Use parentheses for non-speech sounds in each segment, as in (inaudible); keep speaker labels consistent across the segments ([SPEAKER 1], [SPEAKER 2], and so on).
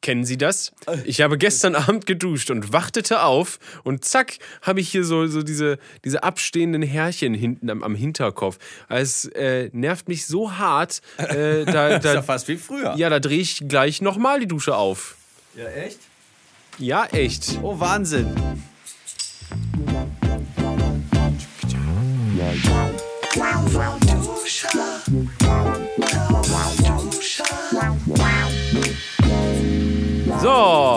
[SPEAKER 1] Kennen Sie das?
[SPEAKER 2] Äh.
[SPEAKER 1] Ich habe gestern Abend geduscht und wachtete auf und zack, habe ich hier so, so diese, diese abstehenden Härchen hinten am, am Hinterkopf. Es äh, nervt mich so hart.
[SPEAKER 2] (laughs)
[SPEAKER 1] Äh, da,
[SPEAKER 2] Das ist ja
[SPEAKER 1] da,
[SPEAKER 2] fast wie früher.
[SPEAKER 1] ja, da drehe ich gleich nochmal die Dusche auf.
[SPEAKER 2] ja echt?
[SPEAKER 1] Ja, echt.
[SPEAKER 2] Oh, Wahnsinn.
[SPEAKER 1] So,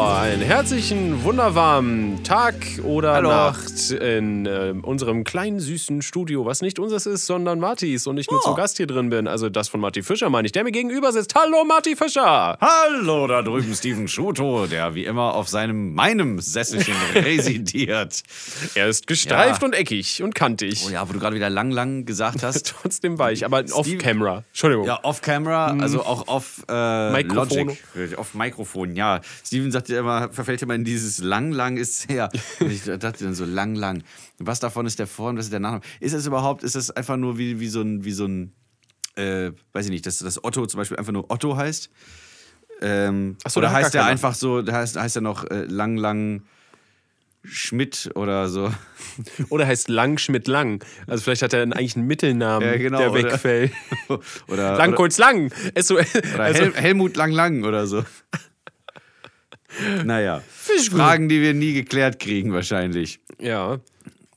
[SPEAKER 1] einen herzlichen, wunderwarmen Tag oder
[SPEAKER 2] Hallo.
[SPEAKER 1] Nacht in äh, unserem kleinen, süßen Studio, was nicht unseres ist, sondern Martis und ich
[SPEAKER 2] Oh.
[SPEAKER 1] mit zu Gast hier drin bin. Also das von Marti Fischer meine ich, der mir gegenüber sitzt. Hallo, Marti Fischer!
[SPEAKER 2] Hallo da drüben, Steven Schuto, der wie immer auf seinem, meinem Sesselchen (laughs) residiert.
[SPEAKER 1] Er ist gestreift
[SPEAKER 2] Ja.
[SPEAKER 1] und eckig und kantig.
[SPEAKER 2] Oh ja, wo du gerade wieder lang, lang gesagt hast. (laughs)
[SPEAKER 1] Trotzdem weich, aber
[SPEAKER 2] Steve-
[SPEAKER 1] off-camera. Entschuldigung.
[SPEAKER 2] Ja, off Camera, also
[SPEAKER 1] Hm.
[SPEAKER 2] auch off äh,
[SPEAKER 1] Mikrofon.
[SPEAKER 2] Logic. Auf Mikrofon, ja. Steven sagt ja immer, verfällt immer in dieses lang, lang ist her. Und ich dachte dann so, lang, lang. Was davon ist der Vor- und was ist der Nachname? Ist es überhaupt, ist es einfach nur wie, wie so ein, wie so ein, äh, weiß ich nicht, dass, dass Otto zum Beispiel einfach nur Otto heißt? Ähm,
[SPEAKER 1] Ach so,
[SPEAKER 2] oder
[SPEAKER 1] der hat
[SPEAKER 2] heißt
[SPEAKER 1] gar
[SPEAKER 2] er
[SPEAKER 1] keinen
[SPEAKER 2] einfach so, da heißt, heißt er noch äh, lang, lang Schmidt
[SPEAKER 1] (laughs)
[SPEAKER 2] oder so?
[SPEAKER 1] Oder heißt Lang Schmidt Lang. Also vielleicht hat er dann eigentlich einen Mittelnamen,
[SPEAKER 2] Ja, genau,
[SPEAKER 1] der
[SPEAKER 2] oder-
[SPEAKER 1] wegfällt.
[SPEAKER 2] (laughs) oder
[SPEAKER 1] lang
[SPEAKER 2] oder,
[SPEAKER 1] kurz Lang. SOS.
[SPEAKER 2] oder
[SPEAKER 1] also,
[SPEAKER 2] Hel Helmut Lang Lang oder (laughs) so. naja.
[SPEAKER 1] Fisch gut.
[SPEAKER 2] Fragen, die wir nie geklärt kriegen, wahrscheinlich.
[SPEAKER 1] ja.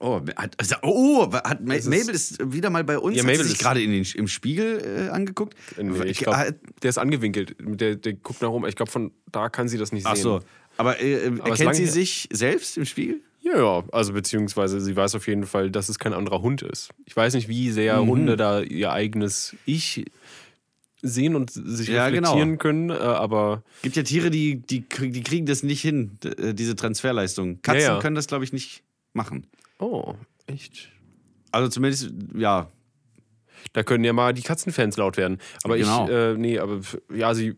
[SPEAKER 2] Oh, hat, oh, hat Ma Mabel ist wieder mal bei uns.
[SPEAKER 1] Ja,
[SPEAKER 2] hat
[SPEAKER 1] Mabel
[SPEAKER 2] sie sich
[SPEAKER 1] ist-
[SPEAKER 2] gerade in den, im Spiegel äh, angeguckt.
[SPEAKER 1] Nee, ich glaub,
[SPEAKER 2] Hat-
[SPEAKER 1] der ist angewinkelt. Der, der guckt nach oben. Ich glaube, von da kann sie das nicht
[SPEAKER 2] Ach
[SPEAKER 1] sehen.
[SPEAKER 2] so. Aber, äh, äh,
[SPEAKER 1] ist
[SPEAKER 2] erkennt
[SPEAKER 1] lange
[SPEAKER 2] sie
[SPEAKER 1] her.
[SPEAKER 2] sich selbst im Spiegel?
[SPEAKER 1] Ja, ja, also beziehungsweise sie weiß auf jeden Fall, dass es kein anderer Hund ist. Ich weiß nicht, wie sehr
[SPEAKER 2] Mhm.
[SPEAKER 1] Hunde da ihr eigenes Ich sehen und sich
[SPEAKER 2] Ja, genau.
[SPEAKER 1] reflektieren können, äh, aber
[SPEAKER 2] Gibt ja Tiere, die, die, krieg- die kriegen das nicht hin, d- äh, diese Transferleistung. Katzen
[SPEAKER 1] Ja, ja.
[SPEAKER 2] können das, glaube ich, nicht machen.
[SPEAKER 1] oh, echt.
[SPEAKER 2] Also zumindest, ja,
[SPEAKER 1] Da können ja mal die Katzenfans laut werden. Aber
[SPEAKER 2] Genau.
[SPEAKER 1] ich, äh, nee, aber f- ja, sie,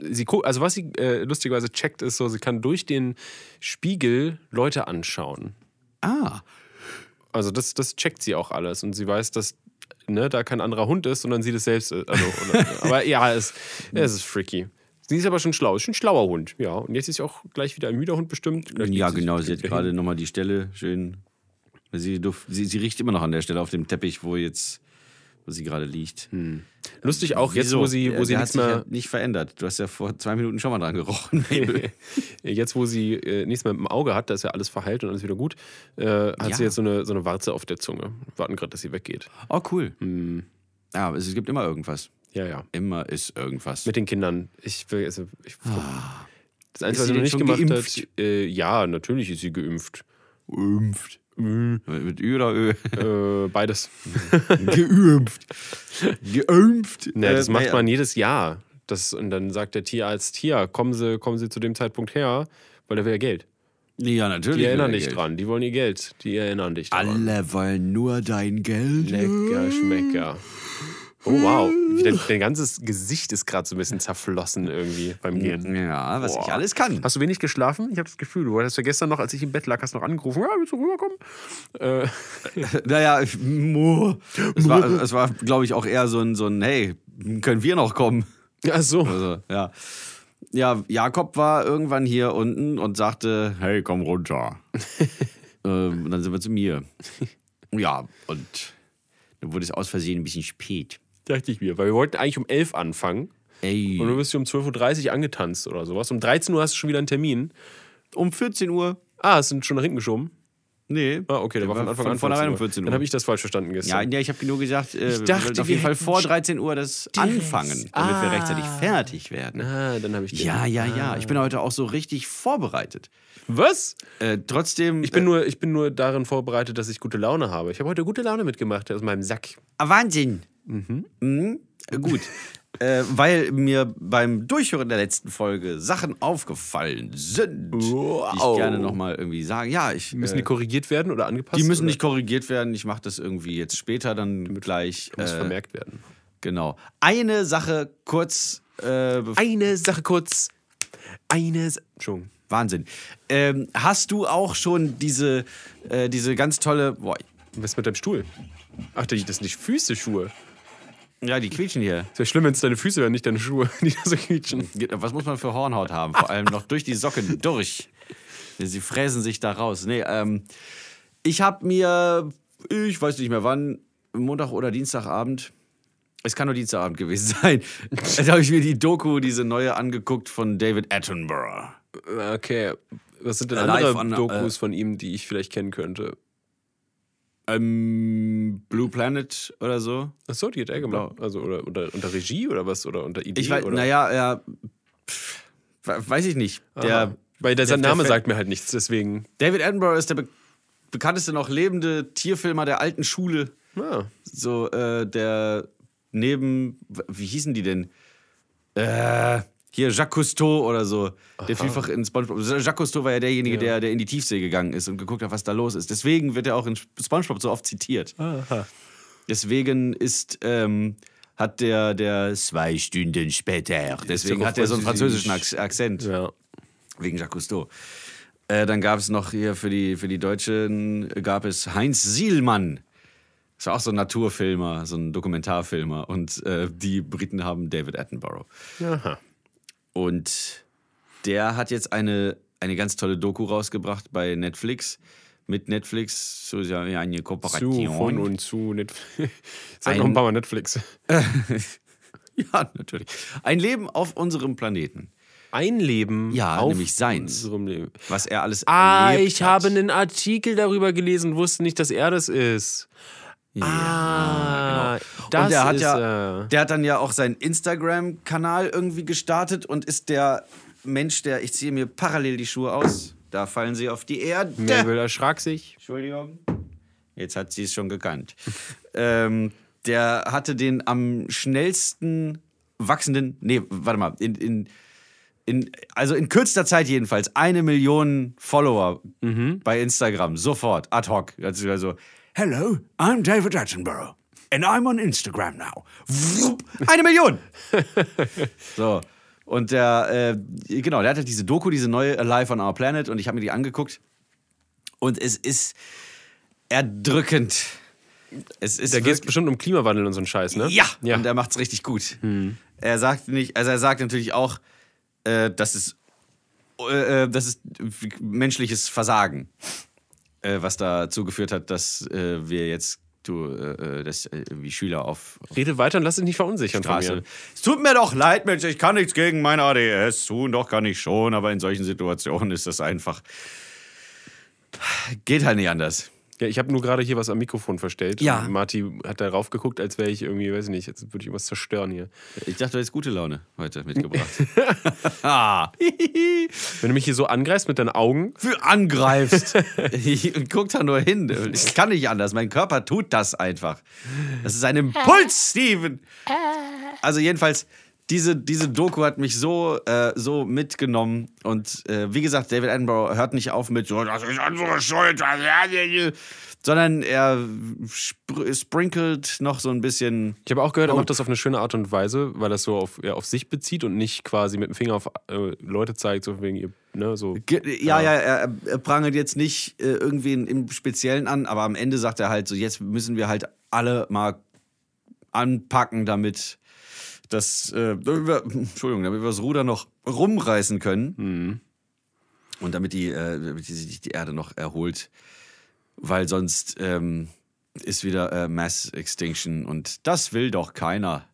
[SPEAKER 1] sie gu- also was sie äh, lustigerweise checkt, ist so, sie kann durch den Spiegel Leute anschauen.
[SPEAKER 2] ah,
[SPEAKER 1] Also das, das checkt sie auch alles und sie weiß, dass ne, da kein anderer Hund ist, sondern sie das selbst ist. Also,
[SPEAKER 2] (laughs)
[SPEAKER 1] oder, aber ja, es, es ist freaky. Sie ist aber schon schlau, ist schon ein schlauer Hund, ja. Und jetzt ist sie auch gleich wieder ein müder Hund bestimmt. Gleich
[SPEAKER 2] ja
[SPEAKER 1] geht sie-
[SPEAKER 2] genau,
[SPEAKER 1] geht
[SPEAKER 2] sie hat
[SPEAKER 1] wieder
[SPEAKER 2] gerade
[SPEAKER 1] hin.
[SPEAKER 2] nochmal die Stelle schön, sie, duf- sie, sie riecht immer noch an der Stelle auf dem Teppich, wo jetzt, wo sie gerade liegt.
[SPEAKER 1] Lustig Hm. auch jetzt,
[SPEAKER 2] Wieso?
[SPEAKER 1] wo sie,
[SPEAKER 2] Der-
[SPEAKER 1] wo sie
[SPEAKER 2] der
[SPEAKER 1] nichts
[SPEAKER 2] hat sich
[SPEAKER 1] mehr,
[SPEAKER 2] ja nicht verändert. Du hast ja vor zwei Minuten schon mal dran gerochen.
[SPEAKER 1] (laughs)
[SPEAKER 2] Mabel.
[SPEAKER 1] jetzt wo sie äh, nichts mehr im Auge hat, da ist ja alles verheilt und alles wieder gut, äh, hat
[SPEAKER 2] Ja.
[SPEAKER 1] sie jetzt so eine, so eine Warze auf der Zunge. Warten gerade, dass sie weggeht.
[SPEAKER 2] oh, cool. Ja, aber es gibt immer irgendwas.
[SPEAKER 1] Ja, ja.
[SPEAKER 2] Immer ist irgendwas.
[SPEAKER 1] Mit den Kindern. Ich, will- also, ich, das
[SPEAKER 2] Ah.
[SPEAKER 1] Einzige,
[SPEAKER 2] Ist
[SPEAKER 1] was
[SPEAKER 2] sie
[SPEAKER 1] sie
[SPEAKER 2] denn
[SPEAKER 1] noch nicht
[SPEAKER 2] schon
[SPEAKER 1] gemacht
[SPEAKER 2] geimpft?
[SPEAKER 1] hat, äh, ja, natürlich ist sie geimpft.
[SPEAKER 2] Impft. Mit, mit Ü oder
[SPEAKER 1] (laughs)
[SPEAKER 2] Ö.
[SPEAKER 1] Äh, beides.
[SPEAKER 2] (laughs)
[SPEAKER 1] (laughs)
[SPEAKER 2] Geimpft. Geimpft.
[SPEAKER 1] Ne, das
[SPEAKER 2] Äh,
[SPEAKER 1] macht
[SPEAKER 2] naja.
[SPEAKER 1] man jedes Jahr. Das, und dann sagt der Tierarzt, hier, kommen Sie, kommen Sie zu dem Zeitpunkt her, weil da will ja Geld.
[SPEAKER 2] Ja, natürlich.
[SPEAKER 1] Die erinnern
[SPEAKER 2] will er
[SPEAKER 1] dich
[SPEAKER 2] Geld.
[SPEAKER 1] dran, die wollen ihr Geld, die erinnern dich dran.
[SPEAKER 2] Alle wollen nur dein Geld.
[SPEAKER 1] Lecker, Schmecker. Oh wow, Wie dein, dein ganzes Gesicht ist gerade so ein bisschen zerflossen irgendwie beim Gehen.
[SPEAKER 2] Ja, was
[SPEAKER 1] Boah.
[SPEAKER 2] ich alles kann.
[SPEAKER 1] Hast du wenig geschlafen? Ich habe das Gefühl, du hattest ja gestern noch, als ich im Bett lag, hast noch angerufen, ja, willst du rüberkommen? Äh, (laughs)
[SPEAKER 2] Naja, ich- mu. es war, es war glaube ich, auch eher so ein, so ein, hey, können wir noch kommen?
[SPEAKER 1] ach so.
[SPEAKER 2] Also, ja. Ja, Jakob war irgendwann hier unten und sagte, hey, komm runter.
[SPEAKER 1] (laughs)
[SPEAKER 2] ähm, und dann sind wir zu mir. Ja, und dann wurde es aus Versehen ein bisschen spät.
[SPEAKER 1] Dachte ich mir, weil wir wollten eigentlich um 11 anfangen. Und du
[SPEAKER 2] Ey,
[SPEAKER 1] bist hier um 12.30 Uhr angetanzt oder sowas. Um 13 Uhr hast du schon wieder einen Termin.
[SPEAKER 2] um 14 Uhr?
[SPEAKER 1] Ah, es sind schon nach hinten geschoben.
[SPEAKER 2] Nee.
[SPEAKER 1] Ah, okay, der war von Anfang an
[SPEAKER 2] von vornherein um 14
[SPEAKER 1] Dann
[SPEAKER 2] Uhr.
[SPEAKER 1] habe ich das falsch verstanden
[SPEAKER 2] Ja,
[SPEAKER 1] gestern.
[SPEAKER 2] ja, ich habe nur gesagt, äh,
[SPEAKER 1] Ich dachte,
[SPEAKER 2] wir wollten auf
[SPEAKER 1] wir
[SPEAKER 2] jeden Fall
[SPEAKER 1] hätten
[SPEAKER 2] vor 13 Uhr das anfangen, damit wir rechtzeitig fertig werden.
[SPEAKER 1] ah, dann habe ich den.
[SPEAKER 2] Ja, ja, ja. Ich bin
[SPEAKER 1] Ah.
[SPEAKER 2] heute auch so richtig vorbereitet.
[SPEAKER 1] Was?
[SPEAKER 2] Äh, trotzdem.
[SPEAKER 1] Ich bin, nur, ich bin nur darin vorbereitet, dass ich gute Laune habe. Ich habe heute gute Laune mitgemacht aus meinem Sack.
[SPEAKER 2] Ah, Wahnsinn. Mhm. Äh, Gut. äh, weil mir beim Durchhören der letzten Folge Sachen aufgefallen sind, die
[SPEAKER 1] Wow.
[SPEAKER 2] ich gerne nochmal irgendwie sagen. Ja, ich.
[SPEAKER 1] Müssen
[SPEAKER 2] äh,
[SPEAKER 1] die korrigiert werden oder angepasst?
[SPEAKER 2] die müssen
[SPEAKER 1] oder
[SPEAKER 2] nicht korrigiert werden. Ich mache das irgendwie jetzt später dann gleich.
[SPEAKER 1] Muss
[SPEAKER 2] Äh,
[SPEAKER 1] vermerkt werden.
[SPEAKER 2] genau. Eine Sache kurz. Äh, bev-
[SPEAKER 1] Eine Sache kurz. Eine. Sa Entschuldigung.
[SPEAKER 2] Wahnsinn. Ähm, hast du auch schon diese, äh, diese ganz tolle. Boah,
[SPEAKER 1] Was ist mit deinem Stuhl? Ach, das sind nicht Füße, Schuhe.
[SPEAKER 2] Ja, die quietschen hier.
[SPEAKER 1] Ist ja schlimm, wenn es deine Füße wären, nicht deine Schuhe, (laughs) die da so quietschen.
[SPEAKER 2] Geht- Was muss man für Hornhaut haben? Vor allem noch durch die Socken durch. Sie fräsen sich da raus. Nee, ähm, ich habe mir, ich weiß nicht mehr wann, Montag oder Dienstagabend, es kann nur Dienstagabend gewesen (laughs) sein, da habe ich mir die Doku, diese neue, angeguckt von David Attenborough.
[SPEAKER 1] Äh, Okay. Was sind denn andere
[SPEAKER 2] Live on-
[SPEAKER 1] Dokus von äh, ihm, die ich vielleicht kennen könnte?
[SPEAKER 2] Ähm, Blue Planet oder so.
[SPEAKER 1] Achso, die hat er gemacht. Also oder unter, unter Regie oder was? Oder unter Idee?
[SPEAKER 2] Ich weiß,
[SPEAKER 1] oder?
[SPEAKER 2] naja, ja, pff, we- weiß ich nicht. Der,
[SPEAKER 1] Aha. Weil der,
[SPEAKER 2] der-
[SPEAKER 1] sein Name
[SPEAKER 2] der-
[SPEAKER 1] sagt mir halt nichts, deswegen.
[SPEAKER 2] David Attenborough ist der be bekannteste noch lebende Tierfilmer der alten Schule.
[SPEAKER 1] Ah.
[SPEAKER 2] so äh, der neben, wie hießen die denn? Äh, hier Jacques Cousteau oder so, der vielfach in SpongeBob. Jacques Cousteau war ja derjenige, Der, der in die Tiefsee gegangen ist und geguckt hat, was da los ist. Deswegen wird er auch in SpongeBob so oft zitiert. Deswegen ist ähm, hat der der zwei Stunden später. Deswegen
[SPEAKER 1] doch
[SPEAKER 2] hat er so einen
[SPEAKER 1] französisch.
[SPEAKER 2] französischen Ak- Akzent
[SPEAKER 1] Ja.
[SPEAKER 2] wegen Jacques Cousteau. Äh, dann gab es noch hier für die, für die Deutschen äh, gab es Heinz Sielmann. Das war auch so ein Naturfilmer, so ein Dokumentarfilmer. Und äh, die Briten haben David Attenborough.
[SPEAKER 1] Aha.
[SPEAKER 2] Und der hat jetzt eine, eine ganz tolle Doku rausgebracht bei Netflix. Mit Netflix, so ist ja eine Kooperation.
[SPEAKER 1] Zu,
[SPEAKER 2] (laughs)
[SPEAKER 1] von und zu Netflix. (laughs) Sag noch ein
[SPEAKER 2] Ein-
[SPEAKER 1] paar Mal Netflix.
[SPEAKER 2] ja, natürlich. Ein Leben auf unserem Planeten.
[SPEAKER 1] Ein Leben.
[SPEAKER 2] Ja,
[SPEAKER 1] auf
[SPEAKER 2] nämlich seins.
[SPEAKER 1] unserem Leben.
[SPEAKER 2] Was er alles
[SPEAKER 1] Ah,
[SPEAKER 2] erlebt
[SPEAKER 1] ich
[SPEAKER 2] hat.
[SPEAKER 1] habe einen Artikel darüber gelesen, wusste nicht, dass er das ist.
[SPEAKER 2] Ja,
[SPEAKER 1] Ah,
[SPEAKER 2] genau.
[SPEAKER 1] das
[SPEAKER 2] und der hat
[SPEAKER 1] ist äh,
[SPEAKER 2] ja,
[SPEAKER 1] er.
[SPEAKER 2] der hat dann ja auch seinen Instagram-Kanal irgendwie gestartet und ist der Mensch, der, ich ziehe mir parallel die Schuhe aus, da fallen sie auf die Erde.
[SPEAKER 1] Mabel erschrak sich.
[SPEAKER 2] Entschuldigung. Jetzt hat sie es
[SPEAKER 1] (laughs)
[SPEAKER 2] schon gekannt. ähm, der hatte den am schnellsten wachsenden, nee, warte mal, in, in, in, also in kürzester Zeit jedenfalls, eine Million Follower bei Instagram, sofort, ad hoc. Also, also hello, I'm David Attenborough. And I'm on Instagram now. Wupp, Eine Million! so. Und der, äh, genau, der hatte diese Doku, diese neue Alive on Our Planet, und ich habe mir die angeguckt. Und es ist erdrückend. Es ist
[SPEAKER 1] Da geht es
[SPEAKER 2] wirklich-
[SPEAKER 1] bestimmt um Klimawandel und so einen Scheiß, ne?
[SPEAKER 2] ja,
[SPEAKER 1] ja. Hm.
[SPEAKER 2] und er macht's richtig gut. Er sagt nicht, also er sagt natürlich auch, äh, das ist, äh, äh, das ist menschliches Versagen, äh, was dazu geführt hat, dass äh, wir jetzt du, äh, dass äh, wie Schüler auf
[SPEAKER 1] Rede weiter und lass dich nicht verunsichern von
[SPEAKER 2] Straße.
[SPEAKER 1] mir.
[SPEAKER 2] Es tut mir doch leid, Mensch, ich kann nichts gegen mein ADS tun, doch kann ich schon, aber in solchen Situationen ist das einfach. Geht halt nicht anders.
[SPEAKER 1] Ja, ich habe nur gerade hier was am Mikrofon verstellt.
[SPEAKER 2] Ja.
[SPEAKER 1] Und Marti hat darauf geguckt, als wäre ich irgendwie, weiß ich nicht, jetzt würde ich irgendwas zerstören
[SPEAKER 2] (laughs)
[SPEAKER 1] hier. (laughs)
[SPEAKER 2] Ich dachte, du hättest gute Laune heute mitgebracht. ah.
[SPEAKER 1] Wenn du mich hier so angreifst mit deinen Augen,
[SPEAKER 2] für angreifst. und guck da nur hin. Ich kann nicht anders. Mein Körper tut das einfach. Das ist ein Impuls, Steven. Also jedenfalls, diese, diese Doku hat mich so, äh, so mitgenommen. Und äh, wie gesagt, David Attenborough hört nicht auf mit so, das ist unsere Schuld. (laughs) Sondern er spr sprinkelt noch so ein bisschen
[SPEAKER 1] ich habe auch
[SPEAKER 2] Oh.
[SPEAKER 1] gehört, er macht das auf eine schöne Art und Weise, weil das so auf, ja, auf sich bezieht und nicht quasi mit dem Finger auf äh, Leute zeigt, so wegen ihr, ne, so.
[SPEAKER 2] Ge- Ja, ja, er, er prangert jetzt nicht äh, irgendwie im Speziellen an, aber am Ende sagt er halt so, jetzt müssen wir halt alle mal anpacken, damit das, äh, damit wir, (laughs) Entschuldigung, damit wir das Ruder noch rumreißen können und damit die, äh, damit die, sich die Erde noch erholt, weil sonst ähm, ist wieder äh, Mass Extinction und das will doch keiner.